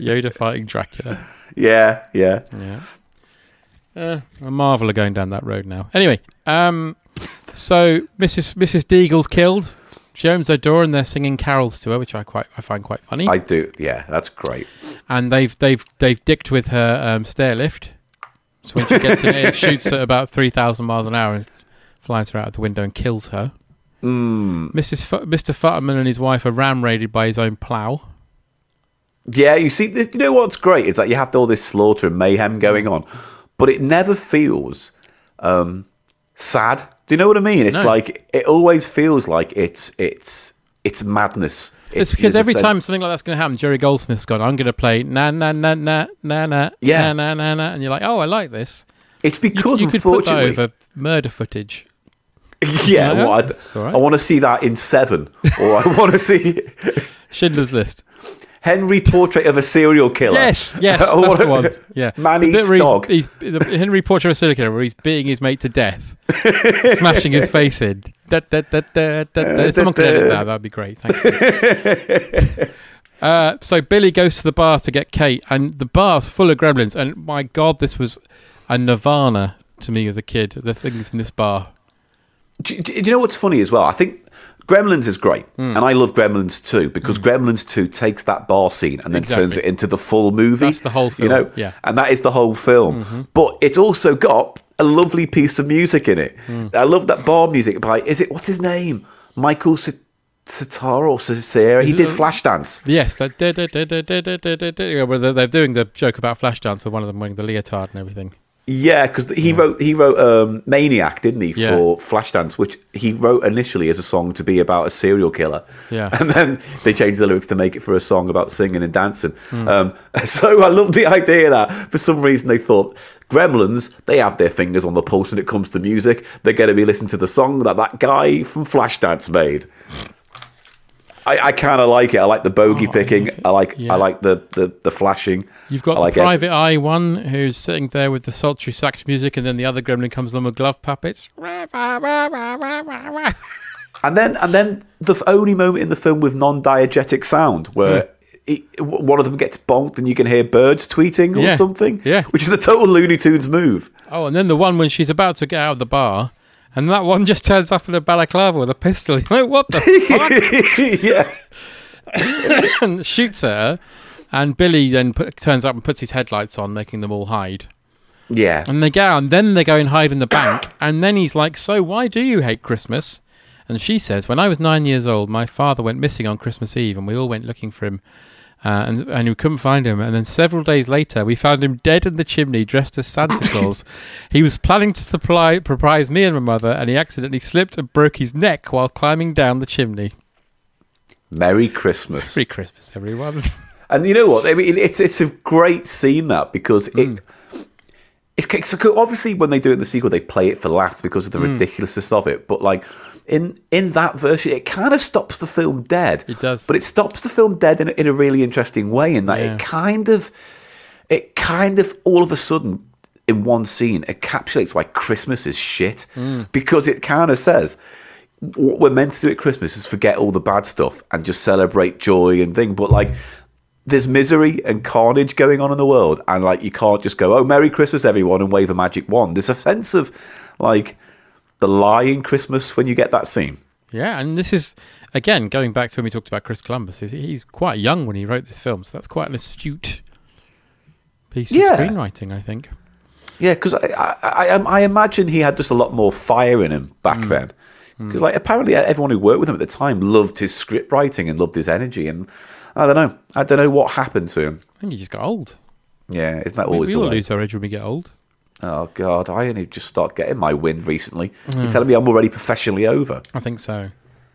S6: Yoda fighting Dracula.
S7: yeah, yeah.
S6: Yeah. Uh, a marvel are going down that road now. Anyway, um, so Mrs. Mrs. Deagle's killed. She opens her door and they're singing carols to her, which I quite I find quite funny.
S7: I do. Yeah, that's great.
S6: and they've they've they've dicked with her um, stair lift. So when she gets in, it it shoots at about three thousand miles an hour and flies her out of the window and kills her.
S7: Mm.
S6: Mrs. F- Mr. Futterman and his wife are ram raided by his own plough.
S7: Yeah, you see, th- you know what's great is that you have all this slaughter and mayhem going on, but it never feels um, sad. Do you know what I mean? It's
S6: No.
S7: like it always feels like it's it's it's madness.
S6: It's
S7: It-
S6: because
S7: there's a
S6: every
S7: sense-
S6: time something like that's going to happen, Jerry Goldsmith's gone. I'm going to play na na na na na na
S7: Yeah.
S6: na na na na, and you're like, oh, I like this.
S7: It's
S6: You-
S7: because
S6: you, could put that
S7: unfortunately-
S6: over murder footage.
S7: (laughs) yeah,
S6: Yeah,
S7: well, I'd-
S6: that's all right.
S7: I want to see that in Seven, (laughs) or I want to see
S6: Schindler's List.
S7: Henry Portrait of a Serial Killer.
S6: Yes,
S7: (laughs)
S6: yes,
S7: I
S6: that's
S7: wanna-
S6: the one. Yeah,
S7: Man
S6: The bit
S7: eats
S6: where he's-
S7: dog.
S6: He's, the Henry Portrait of a Serial Killer, where he's beating his mate to death, smashing his face in. Da, da, da, da, da, da. If Someone could edit that. That'd be great. Thank you. Uh, so Billy goes to the bar to get Kate, and the bar's full of gremlins. And my God, this was a nirvana to me as a kid. The things in this bar.
S7: Do, do- do you know what's funny as well? I think Gremlins is great,
S6: Hmm.
S7: and I love Gremlins 2 because Gremlins 2 takes that bar scene and then turns
S6: Exactly.
S7: it into the full movie. That's the
S6: whole
S7: You
S6: film,
S7: know,
S6: yeah. Mm-hmm.
S7: and that is the whole film. But it's also got a lovely piece of music in it.
S6: Hmm.
S7: I love that bar music by is it what's his name? Michael Sit- Sitar or Sierra? He
S6: Is it
S7: did
S6: the-
S7: Flashdance.
S6: Yes, that da, da, da, da, da, da, da, da, da, yeah, where they're, they're doing the joke about Flashdance with one of them wearing the leotard and everything.
S7: Yeah, because he wrote he wrote um, Maniac, didn't he,
S6: Yeah.
S7: for Flashdance, which he wrote initially as a song to be about a serial killer.
S6: Yeah.
S7: (laughs) and then they changed the lyrics to make it for a song about singing and dancing.
S6: Hmm.
S7: Um, (laughs) so I love the idea that for some reason they thought Gremlins they have their fingers on the pulse when it comes to music. They're going to be listening to the song that that guy from Flashdance made. I, I kind of like it. I like the
S6: Oh,
S7: bogey picking. I like
S6: Yeah.
S7: I like the, the, the flashing.
S6: You've got
S7: I like
S6: the
S7: ev-
S6: private eye one who's sitting there with the sultry sax music, and then the other gremlin comes along with glove puppets. Oh,
S7: And then, and then the f- only moment in the film with non-diegetic sound where
S6: Hmm.
S7: it- w- one of them gets bonked and you can hear birds tweeting or
S6: Yeah.
S7: something,
S6: Yeah.
S7: which is the total Looney Tunes move. (laughs)
S6: Oh, and then the one when she's about to get out of the bar, and that one (laughs) just turns up in a balaclava with a pistol. (laughs) You're like, what
S7: (laughs)
S6: the fuck? yeah. and shoots at her, and Billy then put, turns up and puts his headlights on, making them all hide.
S7: Yeah.
S6: (coughs) And they go, and then they go and hide in the bank. And then he's like, So why do you hate Christmas? And she says, When I was nine years old, my father went missing on Christmas Eve, and we all went looking for him. Uh, and, and we couldn't find him. And then several days later, we found him dead in the chimney, dressed as Santa Claus. he was planning to supply, surprise me and my mother, and he accidentally slipped and broke his neck while climbing down the chimney.
S7: Merry Christmas.
S6: Merry Christmas, everyone.
S7: And you know what? I mean, it's it's a great scene that because it.
S6: Hmm.
S7: It's, it's so obviously when they do it in the sequel, they play it for laughs because of the
S6: Mm.
S7: ridiculousness of it. But like in in that version, it kind of stops the film dead. It does, but it stops the film dead in a, in a really interesting way. In that
S6: Yeah.
S7: it kind of it kind of all of a sudden in one scene encapsulates why Christmas is shit
S6: Mm.
S7: because it kind of says what we're meant to do at Christmas is forget all the bad stuff and just celebrate joy and thing. But like, there's misery and carnage going on in the world, and like, you can't just go, "Oh, Merry Christmas, everyone," and wave a magic wand. There's a sense of like the lie in Christmas when you get that scene.
S6: Yeah, and this is again going back to when we talked about Chris Columbus. Is he's quite young when he wrote this film, so that's quite an astute piece
S7: Yeah.
S6: of screenwriting, I think.
S7: Yeah, because I, I, I, I imagine he had just a lot more fire in him back
S6: Mm.
S7: then. 'Cause then. Because like apparently everyone who worked with him at the time loved his script writing and loved his energy, and I don't know, I don't know what happened to him.
S6: And you just got old.
S7: Yeah, isn't that
S6: We-
S7: always
S6: we
S7: the
S6: all
S7: way?
S6: lose our edge when we get old.
S7: Oh God, I only just start getting my win recently.
S6: Mm.
S7: You're telling me I'm already professionally over.
S6: I think so.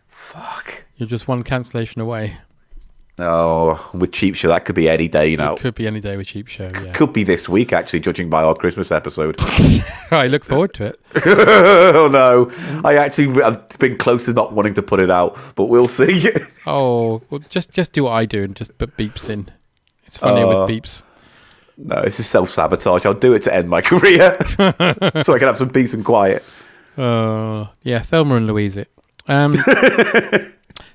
S6: Fuck. You're just one cancellation away.
S7: Oh, with cheap show that could be any day. You know,
S6: It could be any day with cheap show. Yeah.
S7: could be this week actually, judging by our Christmas episode.
S6: (laughs)
S7: (laughs)
S6: I look forward to it.
S7: oh no, I actually re- I've been close to not wanting to put it out, but we'll see. (laughs)
S6: Oh, well, just just do what I do and just put beeps in. It's funny
S7: Uh,
S6: with beeps.
S7: No, this is self sabotage. I'll do it to end my (laughs) career, so I can have some peace and quiet.
S6: Uh, yeah, Thelma and Louise it.
S7: (laughs)
S6: Um,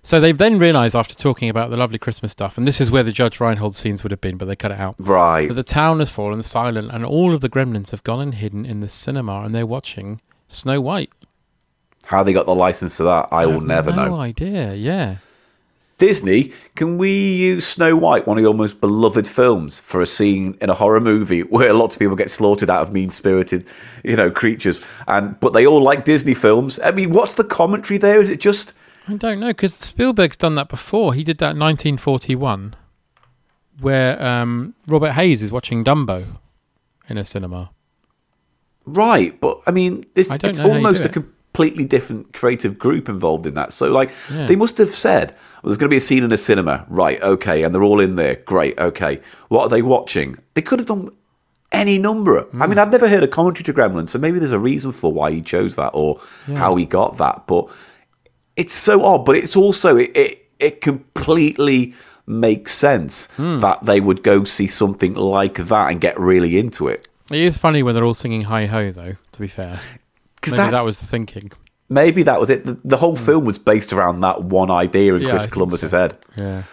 S6: so they've then realised after talking about the lovely Christmas stuff, and this is where the Judge Reinhold scenes would have been, but they cut it out.
S7: Right.
S6: That the town has fallen silent, and all of the gremlins have gone and hidden in the cinema, and they're watching Snow White.
S7: How they got the license to that, I, will
S6: have
S7: never
S6: no
S7: know.
S6: idea. Yeah.
S7: Disney, can we use Snow White, one of your most beloved films, for a scene in a horror movie where lots of people get slaughtered out of mean-spirited, you know, creatures? And but they all like Disney films. I mean, what's the commentary there? Is it just
S6: I don't know because Spielberg's done that before. He did that in 1941, where um, Robert Hayes is watching Dumbo in a cinema.
S7: right? But I mean, it's,
S6: I don't
S7: it's
S6: know how you
S7: almost
S6: do
S7: a
S6: it.
S7: completely different creative group involved in that. So like,
S6: Yeah.
S7: they must have said well, there's going to be a scene in a cinema, right? Okay, and they're all in there. Great. Okay, what are they watching? They could have done. Any number. I
S6: Hmm.
S7: mean, I've never heard a commentary to Gremlin, so maybe there's a reason for why he chose that or
S6: Yeah.
S7: how he got that. But it's so odd, but it's also it it, it completely makes sense
S6: Hmm.
S7: that they would go see something like that and get really into it.
S6: It is funny when they're all singing "Hi Ho," though. To be fair,
S7: 'Cause
S6: maybe that
S7: that's-
S6: was the thinking.
S7: Maybe that was it. The, the whole film was based around that one idea in
S6: Hmm. Yeah, I
S7: Chris
S6: think
S7: Columbus's head.
S6: Yeah.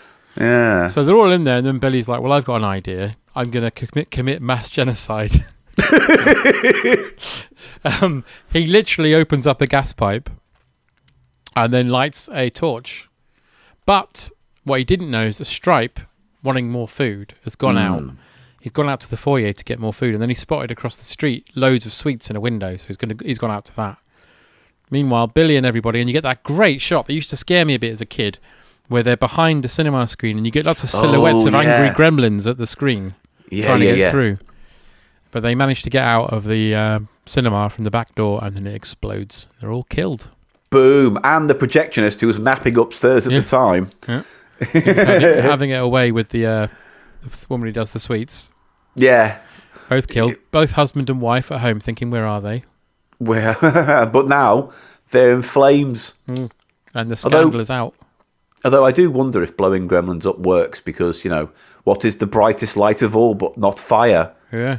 S7: Yeah.
S6: So they're all in there, and then Billy's like, "Well, I've got an idea. I'm going to commit commit mass genocide." (laughs) um, he literally opens up a gas pipe and then lights a torch. But what he didn't know is that Stripe, wanting more food, has
S7: Hmm.
S6: gone out. He's gone out to the foyer to get more food, and then he spotted across the street loads of sweets in a window. So he's going to he's gone out to that. Meanwhile, Billy and everybody, and you get that great shot that used to scare me a bit as a kid, where they're behind the cinema screen, and you get lots of silhouettes
S7: Oh,
S6: of
S7: yeah.
S6: angry gremlins at the screen
S7: Yeah,
S6: trying
S7: yeah,
S6: to get
S7: yeah.
S6: through. But they manage to get out of the uh, cinema from the back door, and then it explodes. They're all killed.
S7: Boom. And the projectionist who was napping upstairs at the time.
S6: Yeah. He was having, having it away with the, uh, the woman who does the sweets.
S7: Yeah.
S6: Both killed. Both husband and wife at home thinking, where are they?
S7: Where? (laughs) but now they're in flames.
S6: And the
S7: Although-
S6: scandal is out.
S7: Although I do wonder if blowing gremlins up works because, you know, what is the brightest light of all but not fire?
S6: Yeah.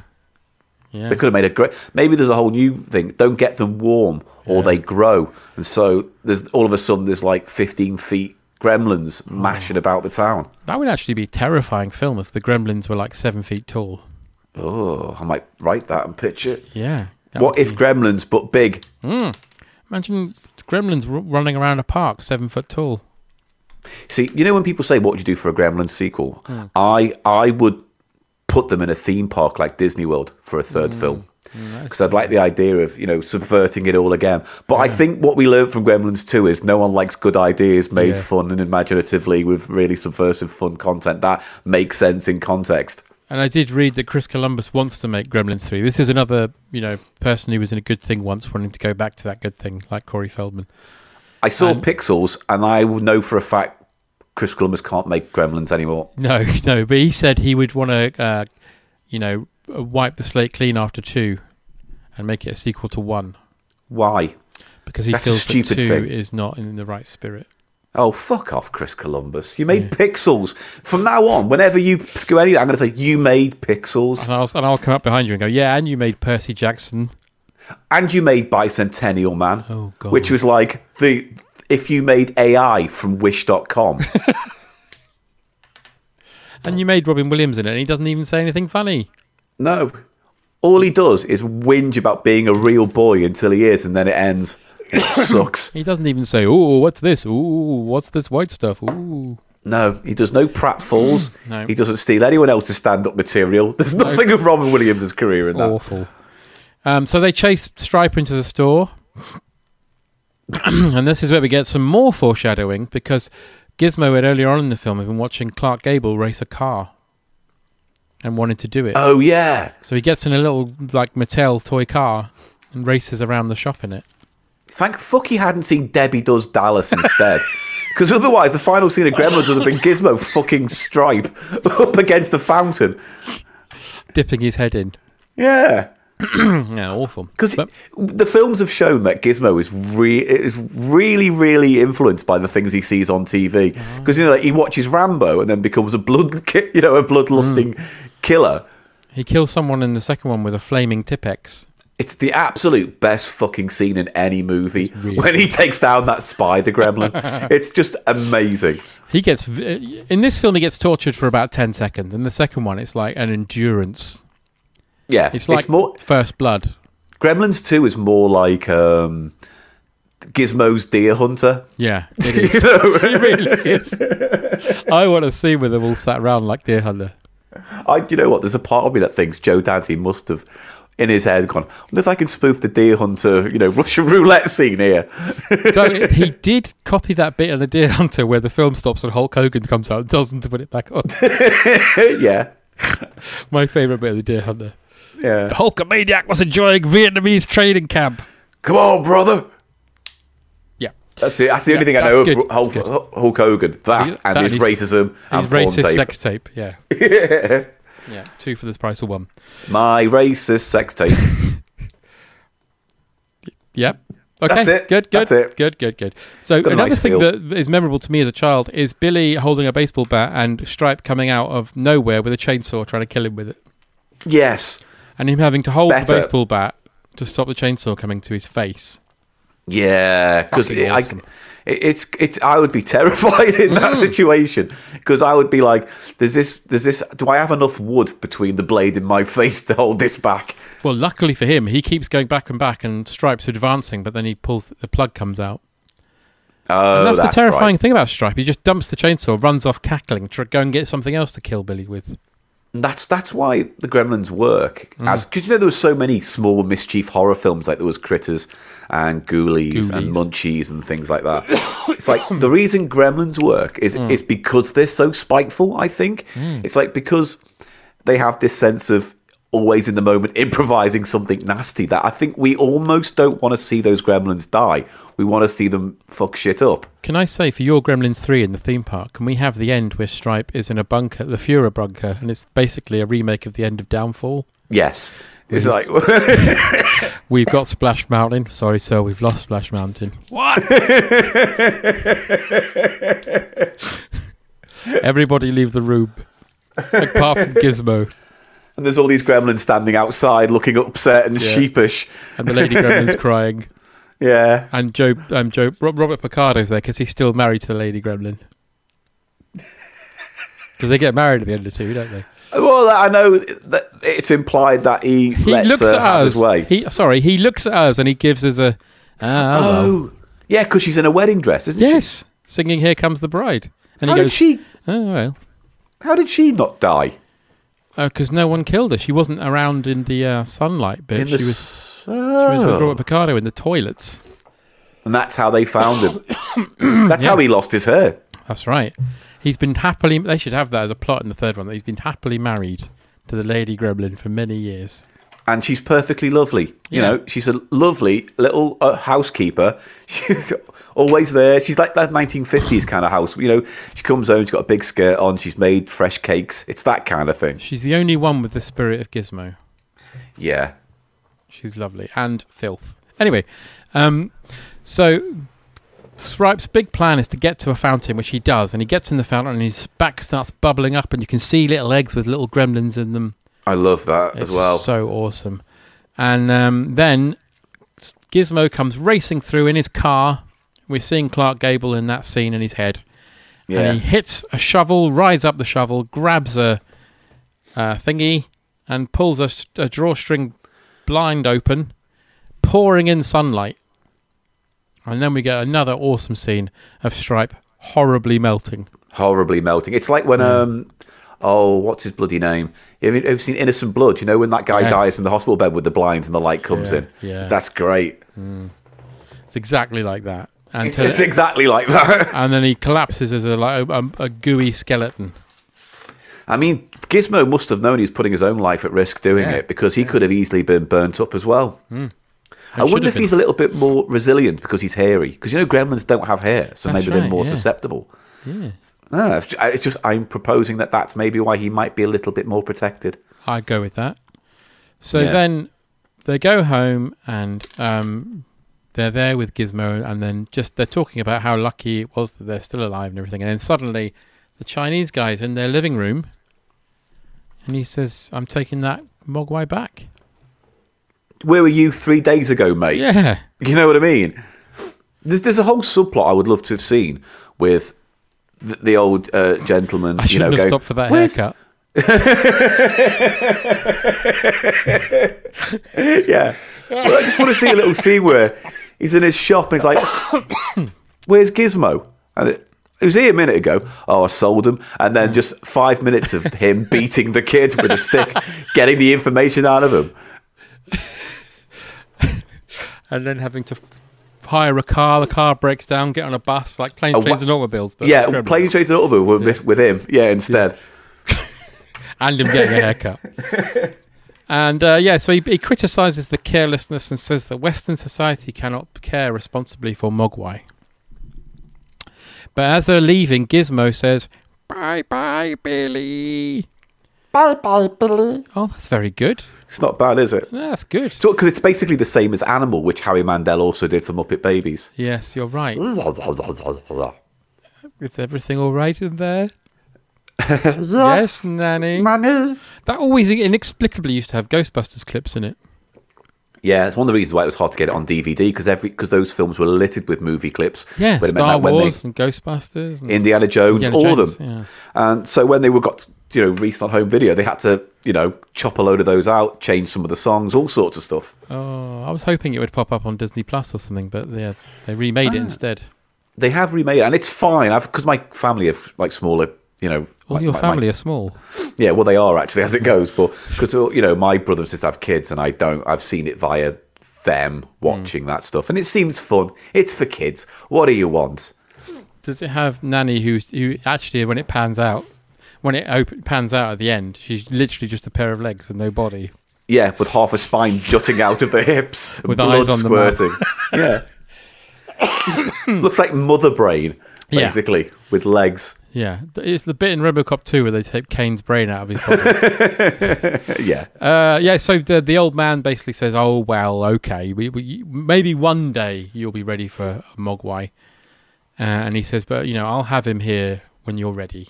S6: Yeah.
S7: They could have made a great. Maybe there's a whole new thing. Don't get them warm, or they grow, and so there's all of a sudden there's like 15 feet gremlins
S6: Mm.
S7: mashing about the town.
S6: That would actually be a terrifying film if the gremlins were like seven feet tall.
S7: Oh, I might write that and pitch it.
S6: Yeah. that
S7: What
S6: would
S7: if gremlins but big?
S6: be- Mm. Imagine gremlins r- running around a park seven foot tall.
S7: See, you know when people say what would you do for a gremlin sequel?
S6: Hmm. Hmm.
S7: I I would put them in a theme park like Disney World for a third film. because I'd like the idea of you know subverting it all again. But I think what we learned from Gremlins Two is no one likes good ideas made
S6: Yeah.
S7: fun and imaginatively with really subversive fun content that makes sense in context.
S6: And I did read that Chris Columbus wants to make Gremlins 3. This is another, you know, person who was in a good thing once wanting to go back to that good thing, like Corey Feldman.
S7: I saw
S6: And-
S7: Pixels, and I will know for a fact Chris Columbus can't make Gremlins anymore.
S6: (laughs) No, no, but he said he would want to, uh, you know, wipe the slate clean after two and make it a sequel to one.
S7: Why?
S6: Because he
S7: That's a
S6: feels that
S7: stupid
S6: two
S7: thing.
S6: is not in the right spirit.
S7: Oh, fuck off, Chris Columbus! You made Pixels. From now on, whenever you do anything, I'm going to say you made Pixels,
S6: And I'll, and I'll come up behind you and go, yeah, and you made Percy Jackson.
S7: and you made Bicentennial Man,
S6: Oh, God.
S7: which was like the if you made AI from
S6: (laughs)
S7: Wish.com.
S6: And you made Robin Williams in it, and he doesn't even say anything funny.
S7: no, all he does is whinge about being a real boy until he is, and then it ends.
S6: (laughs)
S7: And it sucks.
S6: He doesn't even say, "Oh, what's this? Ooh, what's this white stuff? Ooh."
S7: No, he does no pratfalls.
S6: No.
S7: He doesn't steal anyone else's stand-up material. There's nothing of Robin Williams' career in that.
S6: Awful. Um, so they chase Stripe into the store, (clears throat) and this is where we get some more foreshadowing because Gizmo had earlier on in the film had been watching Clark Gable race a car and wanted to do it.
S7: Oh yeah,
S6: So he gets in a little like Mattel toy car and races around the shop in it.
S7: thank fuck he hadn't seen Debbie Does Dallas
S6: (laughs)
S7: instead, because otherwise the final scene of Gremlins would have been Gizmo fucking Stripe (laughs) up against the fountain.
S6: Dipping his head in.
S7: Yeah,
S6: Yeah, awful.
S7: because
S6: But-
S7: the films have shown that Gizmo is re- is really really influenced by the things he sees on TV.
S6: Oh.
S7: Because you know like, he watches Rambo and then becomes a blood (laughs) ki- you know a
S6: Hmm.
S7: bloodlusting killer.
S6: He kills someone in the second one with a flaming Tippex.
S7: It's the absolute best fucking scene in any movie when he takes down that spider
S6: (laughs)
S7: gremlin. it's just amazing.
S6: He gets v- in this film. He gets tortured for about ten seconds. In the second one, it's like an endurance.
S7: Yeah,
S6: It's like
S7: more
S6: First Blood.
S7: Gremlins Two is more like um, Gizmo's Deer Hunter.
S6: Yeah,
S7: (laughs)
S6: it is. (laughs) it really is. I want a scene where they're all sat around like deer hunter.
S7: I, you know what? There's a part of me that thinks Joe Dante must have in his head gone. I wonder if I can spoof the Deer Hunter, you know, Russian roulette scene here. (laughs)
S6: Though he did copy that bit of the deer hunter where the film stops and Hulk Hogan comes out and tells him to put it back on. (laughs)
S7: yeah,
S6: My favourite bit of the deer hunter.
S7: yeah.
S6: The Hulkamaniac was enjoying Vietnamese training camp.
S7: Come on, brother.
S6: Yeah,
S7: That's it. That's the only
S6: Yeah,
S7: thing I know
S6: that's
S7: of
S6: good,
S7: Hulk,
S6: that's
S7: Hulk Hogan. That
S6: He-
S7: and
S6: that
S7: his
S6: is-
S7: racism and
S6: his
S7: porn
S6: racist
S7: tape.
S6: sex tape.
S7: (laughs)
S6: Yeah, yeah, two for the price of one.
S7: My racist sex
S6: (laughs)
S7: tape.
S6: Yep. Okay.
S7: That's it.
S6: Good. Good.
S7: That's it.
S6: Good. Good. Good. So
S7: got a
S6: another
S7: nice
S6: thing
S7: feel.
S6: that is memorable to me as a child is Billy holding a baseball bat and Stripe coming out of nowhere with a chainsaw trying to kill him with it,
S7: Yes.
S6: and him having to hold the
S7: Better.
S6: baseball bat to stop the chainsaw coming to his face.
S7: Yeah, because
S6: Fucking
S7: it,
S6: awesome. Mm.
S7: I, it- it's it's I would be (laughs) terrified in that situation because I would be like, "There's this, there's this. Do I have enough wood between the blade and my (laughs) face to hold this back?"
S6: Well, luckily for him, he keeps going back and back, and Stripe's advancing, but then he pulls the plug comes out.
S7: Oh,
S6: and that's, the terrifying
S7: Right.
S6: thing about Stripe. He just dumps the chainsaw, runs off cackling, to go and get something else to kill Billy with.
S7: And That's that's why the Gremlins work
S6: Mm.
S7: as because you know there was so many small mischief horror films like there was Critters and Ghoulies, and
S6: Ghoulies.
S7: Munchies and things like
S6: (coughs)
S7: that. it's like the reason Gremlins work is
S6: Mm.
S7: is because they're so spiteful. I think it's like because they have this sense of always in the moment (laughs) improvising something nasty that I think we almost don't want to see those Gremlins die. We want to see them fuck shit up.
S6: Can I say for your Gremlins 3 in the theme park, can we have the end where Stripe is in a bunker, the Fuhrer bunker, and it's basically a remake of the end of Downfall?
S7: Yes, it's like (laughs)
S6: We've got Splash Mountain. Sorry, sir, we've lost Splash Mountain. What? (laughs) Everybody leave the room. Apart from Gizmo
S7: and there's all these Gremlins standing outside looking upset and
S6: Yeah.
S7: sheepish.
S6: and the Lady Gremlin's crying.
S7: Yeah.
S6: And Joe, um, Joe, Ro- Robert Picardo's there because he's still married to the Lady Gremlin. Because they get married at the end of two, don't they?
S7: Well, I know that it's implied that he,
S6: He
S7: lets
S6: looks
S7: her
S6: at
S7: have his
S6: us.
S7: way.
S6: He sorry, he looks at us and he gives us a ah, well.
S7: oh, yeah, because she's in a wedding dress, isn't she?
S6: yes, singing
S7: Oh,
S6: "Here Comes the Bride," and
S7: How
S6: he "Oh,
S7: did
S6: goes,
S7: she?
S6: "Oh well,
S7: How did she not die?
S6: because uh, no one killed her. She wasn't around in the uh, sunlight bit.
S7: In the
S6: she, was,
S7: s-
S6: she was with Robert Picardo in the toilets.
S7: And that's how they found
S6: (coughs)
S7: him. that's how he lost his hair.
S6: That's right. He's been happily. They should have that as a plot in the third one. That he's been happily married to the lady gremlin for many years.
S7: And she's perfectly lovely. You
S6: Yeah.
S7: know, she's a lovely little uh, housekeeper. (laughs) She's always there. She's like that 1950s kind of house. You know, she comes home, she's got a big skirt on, she's made fresh cakes. It's that kind of thing.
S6: She's the only one with the spirit of Gizmo.
S7: Yeah.
S6: She's lovely and filth. Anyway, um, so Stripe's big plan is to get to a fountain, which he does, and he gets in the fountain and his back starts bubbling up, and you can see little eggs with little gremlins in them.
S7: I love that
S6: It's
S7: as well.
S6: so awesome. And um, then Gizmo comes racing through in his car. We're seeing Clark Gable in that scene in his head.
S7: Yeah.
S6: And he hits a shovel, rides up the shovel, grabs a uh, thingy, and pulls a, s- a drawstring blind open, pouring in sunlight. And then we get another awesome scene of Stripe horribly melting.
S7: horribly melting. It's like when um oh, what's his bloody name? You ever, ever seen Innocent Blood? You know when that guy
S6: Yes.
S7: dies in the hospital bed with the blinds and the light comes
S6: Yeah,
S7: in.
S6: yeah.
S7: That's great.
S6: It's exactly like that. And
S7: It's,
S6: to-
S7: it's exactly like that.
S6: (laughs)
S7: (laughs)
S6: and then he collapses as a, like, a, a gooey skeleton.
S7: I mean, Gizmo must have known he was putting his own life at risk doing
S6: Yeah.
S7: it because he could have easily been burnt up as well. I
S6: And should
S7: wonder
S6: have
S7: if he's a
S6: been.
S7: little bit more resilient because he's hairy. Because you know, gremlins don't have hair, so
S6: That's
S7: maybe
S6: right,
S7: they're more
S6: yeah.
S7: susceptible.
S6: Yeah.
S7: Ah, it's ju- it's just I'm proposing that that's maybe why he might be a little bit more protected.
S6: I'd go with that. So
S7: Yeah.
S6: then they go home and um, they're there with Gizmo, and then just they're talking about how lucky it was that they're still alive and everything. And then suddenly the Chinese guy's in their living room and he says, I'm taking that Mogwai back.
S7: Where were you three days ago, mate?
S6: Yeah.
S7: You know what I mean? There's, there's a whole subplot I would love to have seen with the, the old uh, gentleman.
S6: I shouldn't
S7: you know,
S6: have
S7: going,
S6: stopped for that
S7: "Where's-"
S6: haircut.
S7: (laughs) Yeah. Well, I just want to see a little scene where he's in his shop and he's like, (coughs) "Where's Gizmo?" And it, he was here a minute ago. Oh, I sold him. And then just five minutes of him (laughs) beating the kid with a stick, getting the information out of him.
S6: And then having to f- hire a car, the car breaks down, get on a bus, like planes,
S7: A wa-
S6: trains, and automobiles. But
S7: yeah,
S6: gremlins.
S7: playing straight to the automobile with, this- with him. Yeah, instead.
S6: and
S7: (laughs)
S6: him getting a haircut. and uh, yeah, so he, he criticises the carelessness and says that Western society cannot care responsibly for Mogwai. But as they're leaving, Gizmo says, "Bye bye, Billy."
S9: Bye bye, Billy.
S6: Oh, that's very good.
S7: It's not bad, is it?
S6: No, that's good.
S7: So, because it's basically the same as Animal, which Harry Mandel also did for Muppet Babies.
S6: Yes, you're right. Is everything all right in there?
S9: (laughs) yes,
S6: nanny.
S9: Nanny.
S6: That always inexplicably used to have Ghostbusters clips in it.
S7: Yeah, it's one of the reasons why it was hard to get it on DVD because every because those films were littered with movie clips.
S6: Yeah,
S7: But it meant
S6: Star
S7: that when they-
S6: Wars and Ghostbusters. And
S7: Indiana Jones,
S6: Indiana
S7: all
S6: Jones,
S7: of them.
S6: yeah.
S7: And so when they were got you know released on home video, they had to you know chop a load of those out, change some of the songs, all sorts of stuff.
S6: Oh, I was hoping it would pop up on Disney Plus or something, but yeah, they remade it instead.
S7: They have remade it, and it's fine. I've because my family are like smaller, you know.
S6: All
S7: like,
S6: your
S7: my- my-
S6: family are small.
S7: Yeah, well, they are actually (laughs) as it goes, but because you know my brother and sister have kids, and I don't. I've seen it via them watching that stuff, and it seems fun. It's for kids. What do you want?
S6: Does it have Nanny who's who actually when it pans out, when it op- pans out at the end, she's literally just a pair of legs with no body.
S7: Yeah, with half a spine (laughs) jutting out of the hips, and
S6: With
S7: blood
S6: eyes on the mouth.
S7: squirting.
S6: (laughs)
S7: yeah, looks like mother brain
S6: Yeah.
S7: basically with legs.
S6: Yeah, th- it's the bit in RoboCop 2 where they take Kane's brain out of his body.
S7: Yeah,
S6: uh, yeah, so the the old man basically says, "Oh well, okay, we, we maybe one day you'll be ready for a Mogwai," uh, and he says, "But you know, I'll have him here when you're ready."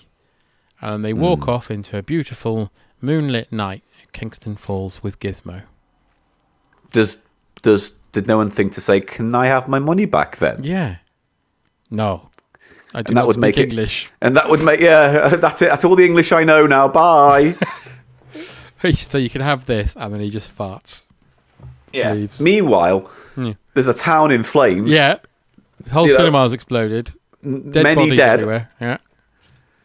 S6: And they walk
S7: Hmm.
S6: off into a beautiful moonlit night at Kingston Falls with Gizmo.
S7: does does did no one think to say, "Can I have my money back then?"
S6: Yeah. No. I do
S7: And
S6: not
S7: that would
S6: speak
S7: make it-
S6: English. (laughs)
S7: And that would make yeah, (laughs) that's it. That's all the English I know now. Bye.
S6: so you can have this, and then he just
S7: (laughs)
S6: farts.
S7: Yeah.
S6: Leaves.
S7: Meanwhile, there's a town in flames.
S6: Yeah. The whole
S7: You know,
S6: cinema's exploded. Dead
S7: many
S6: bodies
S7: dead.
S6: everywhere. Yeah.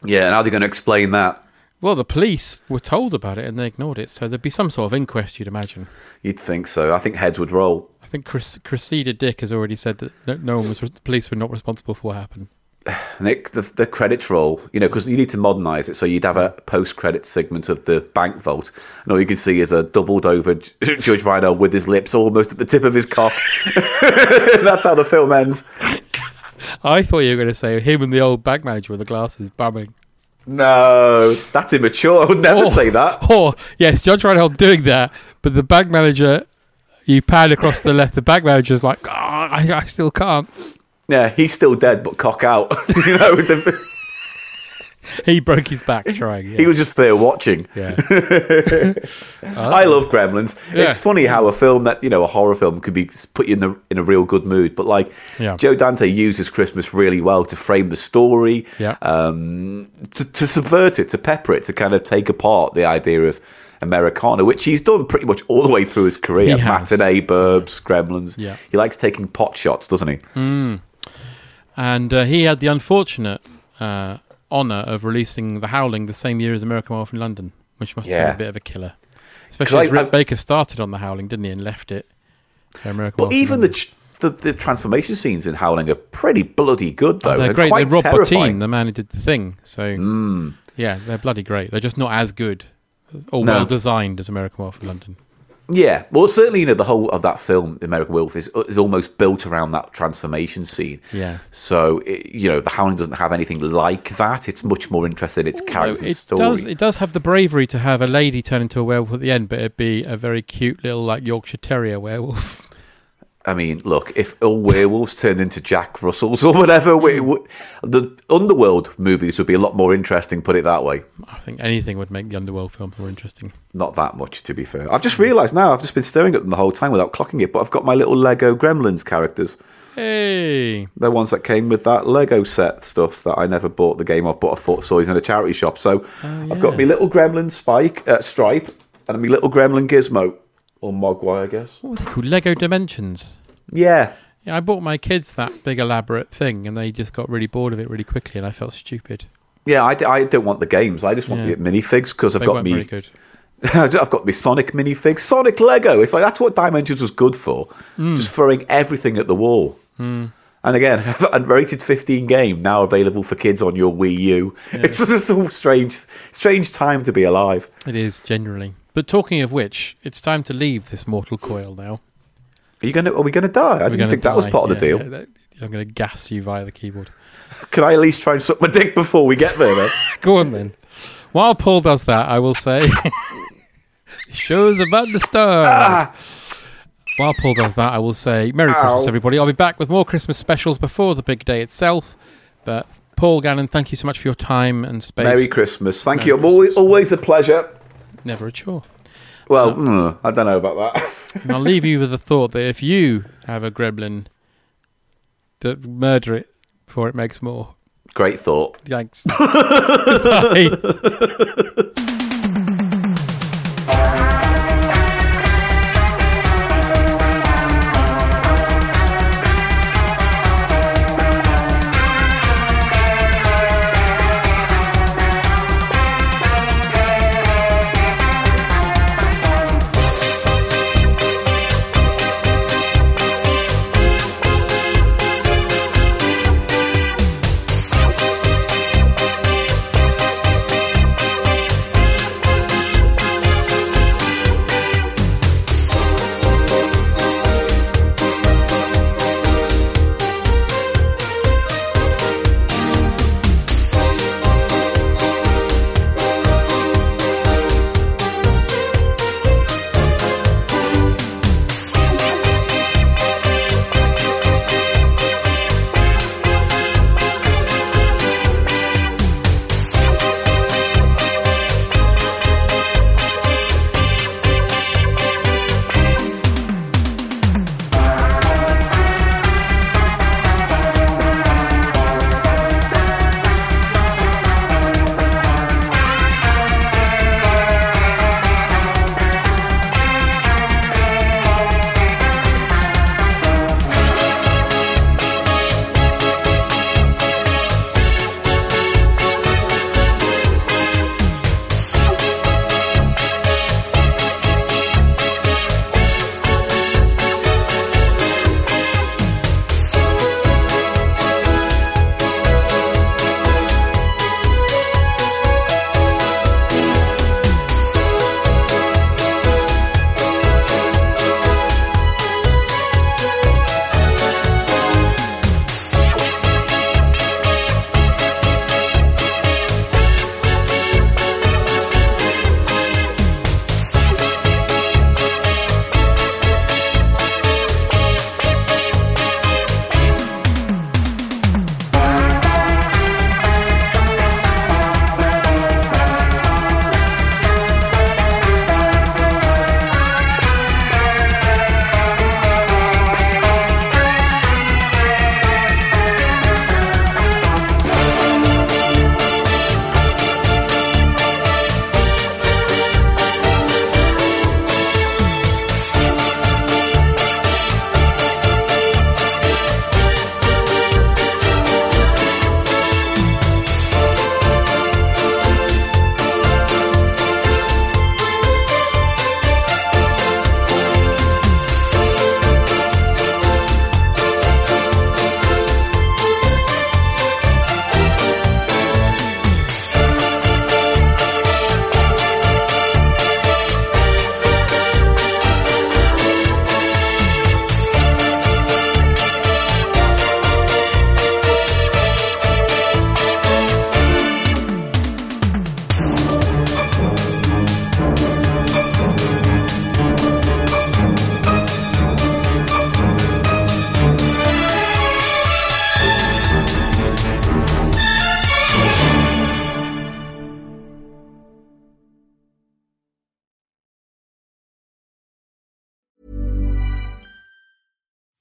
S7: Yeah, and how are they going to explain that?
S6: Well, the police were told about it and they ignored it, so there'd be some sort of inquest, you'd imagine.
S7: You'd think so. I think heads would roll.
S6: I think Chris, Cressida Dick has already said that no, no one was, the police were not responsible for what happened.
S7: Nick, the, the credits roll, you know, because you need to modernise it. So you'd have a post credit segment of the bank vault, and all you can see is a doubled over J- (laughs) Judge Reinhold with his lips almost at the tip of his cock. (laughs) That's how the film ends.
S6: I thought you were going to say him and the old bank manager with the glasses bumming.
S7: No, that's immature. I would never
S6: Or-
S7: say that.
S6: Or, oh, yes, Judge Reinhold doing that, but the bank manager, you pan across the left, the bank manager's like, "Ah, I, I still can't.
S7: Yeah, he's still dead, but cock out. (laughs) you know, the,
S6: He broke his back trying. Yeah.
S7: he was just there watching.
S6: Yeah.
S7: I love Gremlins.
S6: Yeah.
S7: It's funny how a film that you know a horror film can be put you in the in a real good mood, but like
S6: Yeah.
S7: Joe Dante uses Christmas really well to frame the story,
S6: Yeah.
S7: um, to, to subvert it, to pepper it, to kind of take apart the idea of Americana, which he's done pretty much all the way through his career.
S6: He has.
S7: Matinee, Burbs, Gremlins.
S6: Yeah.
S7: He likes taking pot shots, doesn't he?
S6: Mm. And uh, he had the unfortunate uh, honour of releasing The Howling the same year as American Werewolf in London, which must have
S7: Yeah.
S6: been a bit of a killer.
S7: 'Cause
S6: Especially as
S7: I-
S6: Rick
S7: I-
S6: Baker started on The Howling, didn't he, and left it. for American
S7: But
S6: Werewolf in
S7: even the,
S6: London.
S7: ch- the the transformation scenes in Howling are pretty bloody good though.
S6: Oh, they're
S7: and
S6: great. They're
S7: quite
S6: Rob
S7: terrifying. Hmm.
S6: Bottin, the man who did the thing. So yeah, they're bloody great. They're just not as good or
S7: No.
S6: well designed as American Werewolf in London.
S7: Yeah, well, certainly, you know, the whole of that film, American Wolf, is is almost built around that transformation scene.
S6: Yeah.
S7: So, it, you know, The Howling doesn't have anything like that. It's much more interested in its character
S6: Oh, it
S7: story.
S6: does. It does have the bravery to have a lady turn into a werewolf at the end, but it'd be a very cute little like Yorkshire Terrier werewolf. (laughs)
S7: I mean, look, if all werewolves turned into Jack Russells or whatever, we,
S6: Hmm.
S7: we, the Underworld movies would be a lot more interesting, put it that way.
S6: I think anything would make the underworld films more interesting.
S7: Not that much, to be fair. I've just realised now, I've just been staring at them the whole time without clocking it, but I've got my little Lego Gremlins characters.
S6: Hey,
S7: They're ones that came with that Lego set stuff that I never bought the game of, but I thought saw these in a charity shop. So
S6: Oh,
S7: I've got my little gremlin spike, uh, stripe, and my little gremlin gizmo, or mogwai, I guess.
S6: what were they called? Lego Dimensions.
S7: Yeah.
S6: Yeah, I bought my kids that big elaborate thing, and they just got really bored of it really quickly, and I felt stupid.
S7: Yeah, I, d- I don't want the games. I just want
S6: Yeah.
S7: the minifigs because I've
S6: They
S7: got
S6: weren't
S7: me.
S6: very good.
S7: (laughs) I've got me Sonic minifigs, Sonic Lego. It's like that's what Dimensions was good for,
S6: Mm.
S7: just throwing everything at the wall.
S6: Mm.
S7: And again, (laughs) a rated 15 game now available for kids on your Wii U. It's (laughs) just a strange, strange time to be alive.
S6: It is generally. But talking of which, it's time to leave this mortal coil now.
S7: Are you gonna? Are we gonna die? I
S6: We're
S7: didn't
S6: gonna
S7: think that was
S6: die.
S7: part of the
S6: Yeah,
S7: deal.
S6: yeah, that- I'm going to gas you via the keyboard.
S7: Can I at least try and suck my dick before we get
S6: (laughs)
S7: there? Then?
S6: Go on then. While Paul does that, I will say, (laughs) show's about to start.
S7: Ah,
S6: While Paul does that, I will say Merry Christmas,
S7: Ow.
S6: everybody. I'll be back with more Christmas specials before the big day itself. But Paul Gannon, thank you so much for your time and space.
S7: Merry Christmas. Thank
S6: Merry
S7: you. I'm always, always a pleasure.
S6: Never a chore.
S7: Well, mm, I don't know about that. (laughs)
S6: And I'll leave you with the thought that if you have a gremlin, that murder it before it makes more.
S7: Great thought.
S6: Thanks. Bye.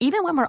S10: Even when we're